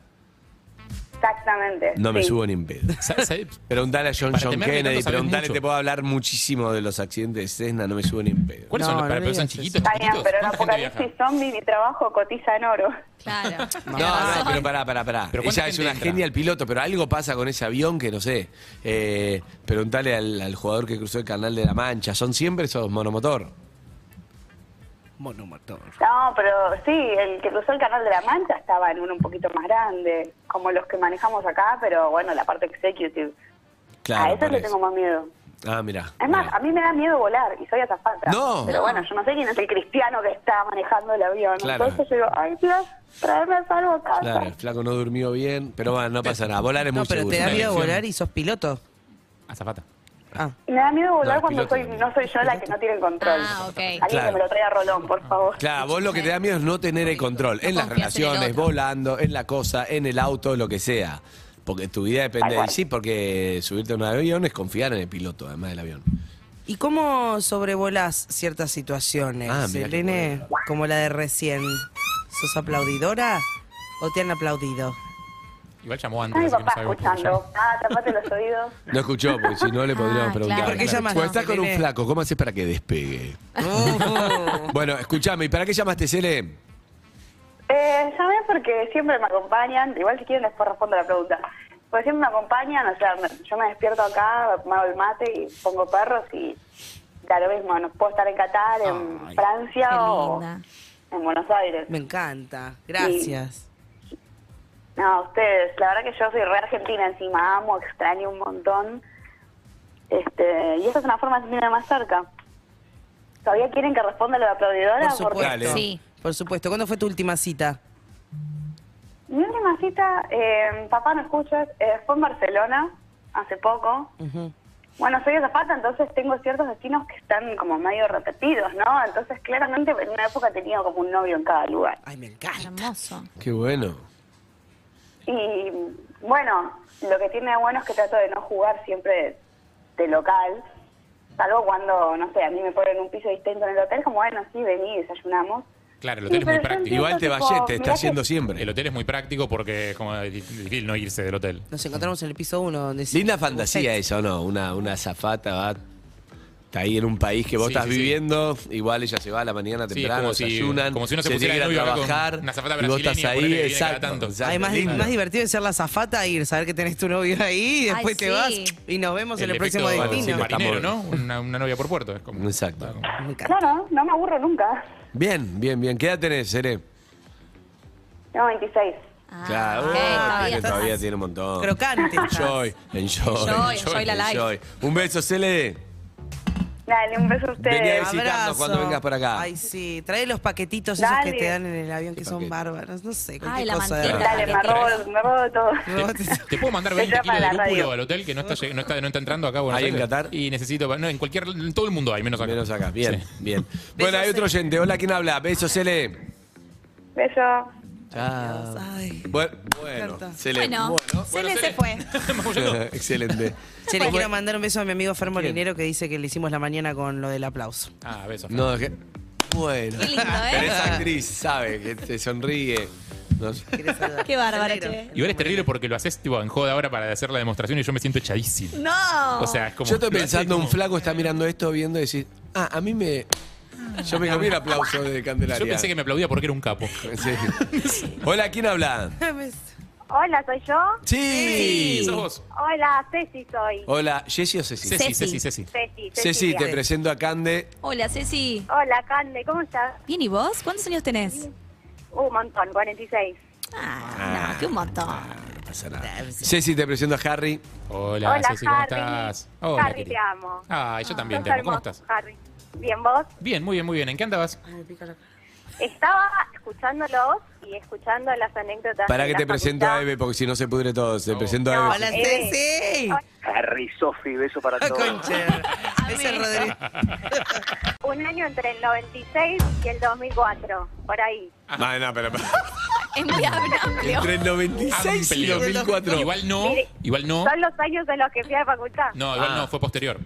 Exactamente.
No me
sí.
subo ni en pedo.
Sa- sa-
Preguntale a John,
Para temerle
John
tanto
Kennedy,
sabes
preguntale,
mucho.
te puedo hablar muchísimo de los accidentes de Cessna, no me subo ni en pedo.
¿Cuáles
No,
son los para
no
pero son
digas eso.
chiquitos?
Está bien,
chiquititos?
pero en
¿Cuánta gente viaja?
Apocalipsis Zombie mi trabajo cotiza en oro.
claro.
No, no, pero pará, pará, pará.
¿Pero cuánta
Ella es
gente
una
entra?
genia el piloto, pero algo pasa con ese avión que no sé. Eh, preguntale al, al jugador que cruzó el canal de la Mancha. ¿Son siempre esos monomotor?
Monomotor.
No, pero sí, el que cruzó el Canal de la Mancha estaba en uno un poquito más grande, como los que manejamos acá, pero bueno, la parte executive. a Ah, eso
por
le
eso.
tengo más miedo.
Ah, mira.
Es más, a mí me da miedo volar y soy azafata.
No.
Pero bueno, yo no sé quién es el cristiano que está manejando el avión.
Claro.
Entonces yo digo, ay Dios, tráeme a salvo a casa.
Claro, el flaco no durmió bien, pero bueno, no pasa nada. Volar es
No,
muy
pero
seguro.
te da miedo
elección.
volar y sos piloto.
Azafata.
Ah.
Me da miedo
No,
volar
el
cuando
piloto
soy,
también.
no soy yo la que no tiene el control.
Ah, ok.
Alguien
Claro.
que me lo traiga a Rolón, por favor.
Claro, vos lo que te da miedo es no tener el control en las
confías en el
relaciones,
otro.
volando, en la cosa, en el auto, lo que sea. Porque tu vida depende.
Tal
Y
cual.
sí, porque subirte a un avión es confiar en el piloto, además del avión.
¿Y cómo sobrevolás ciertas situaciones,
Ah, mirá qué
Selene? Como la de recién. ¿Sos aplaudidora o te han aplaudido?
Igual llamó antes.
Está mi
así que no sabemos
papá
por qué
escuchando. Ah, tapate los oídos.
No escuchó, porque si no le podríamos
Ah,
preguntar.
claro. ¿Y por qué
llamas,
Cuando estás con un
Selene?
flaco, ¿cómo haces para que despegue?
Oh.
Bueno, escúchame, ¿y para qué llamaste, Cele?
Eh, llamé porque siempre me acompañan, igual si quieren después respondo la pregunta. Porque siempre me acompañan, o sea, me- yo me despierto acá, me hago el mate y pongo perros y da lo mismo, no puedo estar en Qatar, en
Ay,
Francia
qué
o
linda.
en Buenos Aires.
Me encanta. Gracias.
No, ustedes, la verdad que yo soy re argentina encima, amo, extraño un montón. Este, y esa es una forma de sentirme más cerca. ¿Todavía quieren que responda lo de aplaudidora?
Por
Porque
supuesto.
Sí.
Por supuesto. ¿Cuándo fue tu última cita?
Mi última cita, eh, papá no escuchas, eh, fue en Barcelona hace poco.
Ujú.
Bueno, soy azafata, entonces tengo ciertos destinos que están como medio repetidos, ¿no? Entonces, claramente, en una época he tenido como un novio en cada lugar.
Ay, me encanta.
Hermoso.
Qué bueno.
Y bueno, lo que tiene de bueno es que trato de no jugar siempre de, de local, salvo cuando, no sé, a mí me ponen un piso distinto en el hotel, como bueno, sí, vení, desayunamos.
Claro, el hotel es muy práctico.
Igual te
tipo,
vallete, te está
mirá que-
haciendo
El
siempre.
hotel es muy práctico porque es como difícil no irse del hotel.
Nos encontramos en el piso uno donde se-
Linda fantasía
Buffet.
esa, ¿o no? Una, una zafata va. Está ahí en un país que vos
Sí,
estás
sí, sí.
viviendo, igual ella se va a la mañana
Sí,
temprano,
como si-
desayunan,
como si uno se
tiene
pusiera
que ir
de
a
novio acá con
trabajar,
una zafata
y vos estás
brasileña,
ahí,
ponele que viene cada
exacto,
tanto.
exacto,
Ay, más, di-
lindo.
más divertido es ser la zafata y saber que tenés tu novio ahí y después te
sí.
vas y nos vemos en el próximo
efecto
destino.
Bueno, sí,
marinero, ¿no?
estamos-
Una, una novia por puerto. Es como,
Exacto.
Claro.
Me encanta.
Claro, no me aburro nunca.
Bien, bien, bien. ¿Qué edad tenés, Sere?
Tengo 26.
Ah,
claro,
ok,
ah,
todavía
tiene-
estás-
todavía tiene un montón.
Crocante. estás.
Enjoy, enjoy.
Enjoy, enjoy la life.
Un beso, Cele.
Dale, un beso a ustedes.
Vení a visitarnos cuando
Abrazo.
vengas por acá.
Ay, sí. Trae los paquetitos esos
Dale.
que te dan en el avión que
¿Qué
son
paquete?
bárbaros. No sé, cualquier
Ay, la
cosa. de-
mantita.
Dale, me robo, me robo todo.
No, te-
Te, te puedo mandar 20
Entra
kilos de
para la
lúpulo
radio.
al hotel que no está, lleg- no está, no está entrando acá. a Buenos
Ahí en
Aires.
Qatar.
Y necesito. No, en cualquier. En todo el mundo hay, menos acá.
Menos acá. Bien,
Sí.
bien. Bueno, hay otro oyente. Hola, ¿quién habla? Beso, Cele.
Beso.
Chao. Bueno, bueno,
Carta.
excelente.
Bueno, Cele se fue.
excelente.
Che, le quiero mandar un beso a mi amigo Fer Molinero que dice que le hicimos la mañana con lo del aplauso.
Ah, besos.
No, es que- Bueno.
Qué lindo, ¿eh?
Pero esa actriz sabe que te sonríe. No sé.
¿Quieres saludar?
Qué bárbara, che.
Igual es terrible porque lo haces tipo en joda ahora para hacer la demostración y yo me siento echadísimo.
No.
O sea, es como.
Yo estoy
lo hace
pensando, un
como-
flaco está mirando esto, viendo y decir, ah, a mí me.
Ah.
Yo me comí el aplauso de Candelaria.
Yo pensé que me aplaudía porque era un capo.
Sí. Hola, ¿quién habla?
Hola, ¿soy yo?
Sí.
sos vos.
Hola, Ceci soy.
Hola, Jessy o Ceci.
Ceci, Ceci, Oh. Ceci.
Ceci,
Ceci, te
Cecilia.
presento a Cande.
Hola, Ceci.
Hola, Cande, ¿cómo estás?
Bien, ¿y vos? ¿Cuántos años tenés?
Uh, un montón, 46.
Ah, no, qué un montón.
No pasa nada. Ceci, te presento a Harry.
Hola,
Hola,
Ceci, ¿cómo
Harry.
estás?
Harry,
querida.
te amo.
Ah, yo también te
Sos
amo. ¿Cómo
hermoso,
estás?
Harry. Bien, vos.
Bien, muy bien, muy bien. ¿En qué andabas?
Estaba escuchándolos y escuchando las anécdotas.
Para
de
que
la
te presento a
facultad.
Eve, porque si no se pudre todo. Te
No.
presento
No,
a
Hola,
Eve.
Eh,
Ceci.
Harry, Sofi, beso para
Ah,
todos.
Concha. Ese es Rodrigo.
Ah,
Un año entre el 96 y el 2004, por ahí.
Ah, no, pero.
Es muy amplio.
Entre el 96 y
Amplio.
2004.
Ah, Igual no,
Mire,
igual no.
Son los años en los que fui a la facultad.
No, igual
Ah.
no, fue posterior.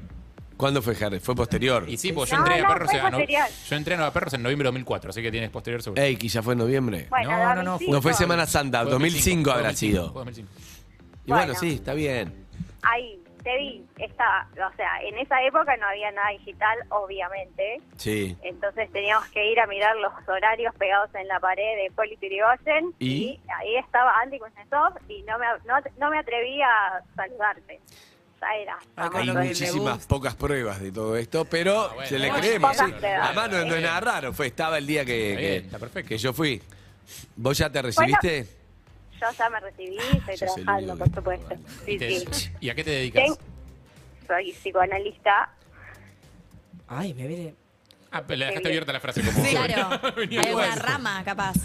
¿Cuándo fue Harry? Fue posterior.
Y sí, porque yo
No,
entré a
no,
Perros
fue
en- a no-
posterior.
yo entré a Nueva Perros en noviembre de 2004, así que tienes posterior seguro.
Ey, quizá fue en noviembre.
Bueno,
No, no, no,
2005.
Eh, No fue Semana Santa,
Fue
2005 habrá
2005,
sido.
fue 2005.
Y bueno,
Bueno.
sí, está bien.
Ahí, te vi. Estaba, o sea, en esa época no había nada digital, obviamente.
Sí.
Entonces teníamos que ir a mirar los horarios pegados en la pared de Poli Tirigoyen.
¿Y?
ahí estaba Andy Kuznetsov y no me, no, no me atreví a saludarte. Ya era.
Ay,
vamos,
Hay
lo
soy-
que le
muchísimas
gusta.
pocas pruebas de todo esto, pero
Ah, bueno.
se le
Bueno,
creemos.
pocas
sí.
pruebas.
Además, no, no es nada raro. Fue, estaba el día que,
Está bien,
que-
está perfecto.
que yo fui. ¿Vos ya te recibiste?
Yo ya me recibí, estoy
Sos el
trabajando,
único
por
de-
supuesto.
¿Y,
Sí, sí.
te- ¿Y a qué te dedicas?
Sí. Soy psicoanalista.
Ay, me viene.
Ah, pero la dejaste abierta la frase como.
Sí, claro.
Venía
Hay una
igual.
rama, capaz.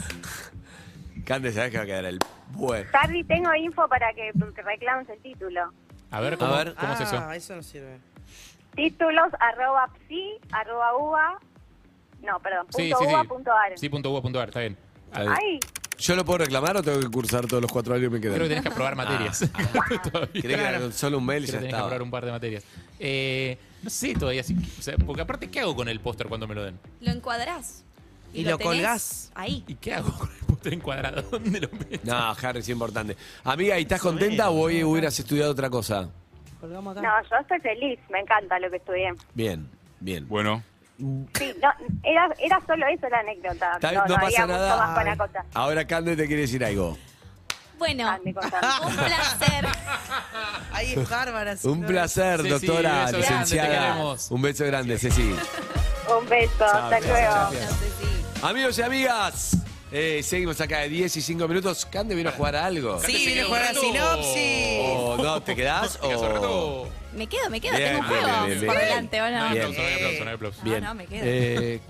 Cande, sabes que va a quedar el bueno.
Harry, tengo info para que te reclames el título.
A ver, ¿cómo,
A ver.
cómo es eso?
Ah, eso no sirve.
Títulos arroba psi, arroba uva, no, perdón, punto uva punto ar.
Sí, punto uva, punto ar, está bien. Ah,
Está bien.
Ay,
¿Yo lo puedo reclamar o tengo que cursar todos los cuatro años que me
Creo que
quedan?
tenés que aprobar materias. Todavía.
Creí Ah. que era con solo un mail y
Creo
ya
que tenés que
estaba.
aprobar un par de materias. Eh, no sé todavía, si, o sea, porque aparte, ¿qué hago con el póster cuando me lo den?
Lo encuadrás.
Y lo
tenés
colgás.
Ahí.
¿Y qué hago con el póster encuadrado? ¿Dónde lo meto?
No, Harry, es importante. Amiga, ¿y estás contenta o hoy hubieras estudiado otra cosa?
Colgamos acá.
no, yo estoy feliz, me encanta lo que estudié.
Bien, bien.
Bueno,
Sí, no, era, era solo eso la anécdota.
Está bien, no
no,
pasa
había
nada.
mucho más para contar.
Ahora Cande te quiere decir algo.
Bueno,
Ah, me contaste.
un placer.
Ahí es bárbara. si
Un
no-
placer,
Ceci,
doctora,
beso grande, te
licenciada.
queremos.
Un beso grande, Ceci.
Un beso, hasta
gracias,
luego.
gracias. Amigos y amigas, eh, seguimos acá de 10 y 5 minutos. Cande vino a jugar a algo.
Sí, viene a jugar a
rato.
sinopsis.
O no, ¿te quedás?
¿Te quedas un
o...
rato?
Me quedo, me quedo.
Bien,
Tengo un
bien, bien,
juego
bien,
por
Oh. bien.
delante, ¿o
No
no?
hay
Bien.
aplauso, no hay aplauso, no hay aplauso.
Bien.
Ah, no, me quedo. Ah,
Eh,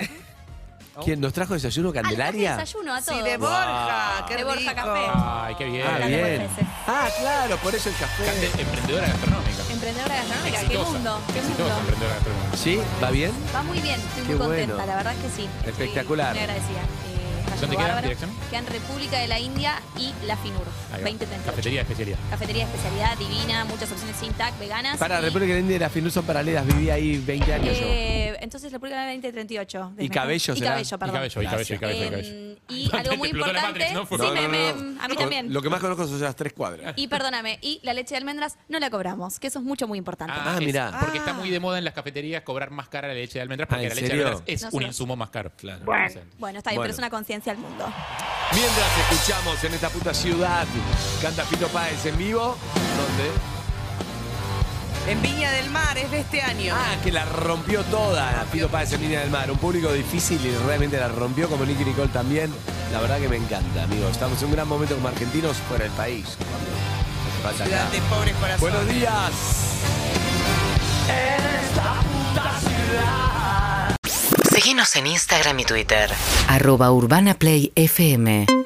¿Quién nos trajo desayuno Candelaria?
desayuno a
Sí,
todos.
de Borja. Qué
De Borja
rico.
Café.
Ay, qué bien.
Ah,
Cande
bien.
Morfese.
Ah, claro, por eso el café.
Cande, emprendedora gastronómica.
Emprendedora gastronómica. Qué
Exitosa.
mundo, qué
Exitosa
mundo.
emprendedora gastronómica.
¿Sí? ¿Va bien?
Va muy bien, estoy
Qué
muy contenta,
bueno.
la verdad es que sí. Estoy
Espectacular.
Muy agradecida. Eh, está
¿Dónde
yendo
queda?
bárbaro.
¿Dirección?
Quedan República de la India y La Finur,
Ahí va.
2038.
Cafetería de especialidad.
Cafetería de especialidad, divina, muchas opciones sin tac, veganas.
Para
y,
República de la India y las Finur son paralelas, viví ahí 20 años yo.
eh, Entonces República de la India 2038.
Y cabello
Y
será.
cabello,
Y
perdón.
cabello, y cabello, y cabello, y cabello.
Eh, y algo muy
Te explotó la
importante.
Matrix, ¿no? Fue-
Sí, me- me- a
No,
mí también.
Lo que más conozco son esas tres cuadras.
Y perdóname, y la leche de almendras no la cobramos, que eso es mucho, muy importante.
Ah,
es-
mirá.
Porque está muy de moda en las cafeterías cobrar más cara la leche de almendras porque
Ah, ¿en
la leche
serio?
de almendras es
No
un
sé.
insumo más caro. Claro.
Bueno, está bien,
Bueno.
pero es una conciencia al mundo.
Mientras escuchamos en esta puta ciudad, canta Fito Páez en vivo. ¿Dónde?
En Viña del Mar, es de este año.
Ah, que la rompió toda Fito Páez en Línea del Mar. Un público difícil y realmente la rompió, como Nicky Nicole también. La verdad que me encanta, amigos. Estamos en un gran momento como argentinos fuera del país. cuando hace falta acá.
Ciudad de pobres corazones.
Buenos días.
Síguenos en Instagram y Twitter.
Arroba Urbana Play FM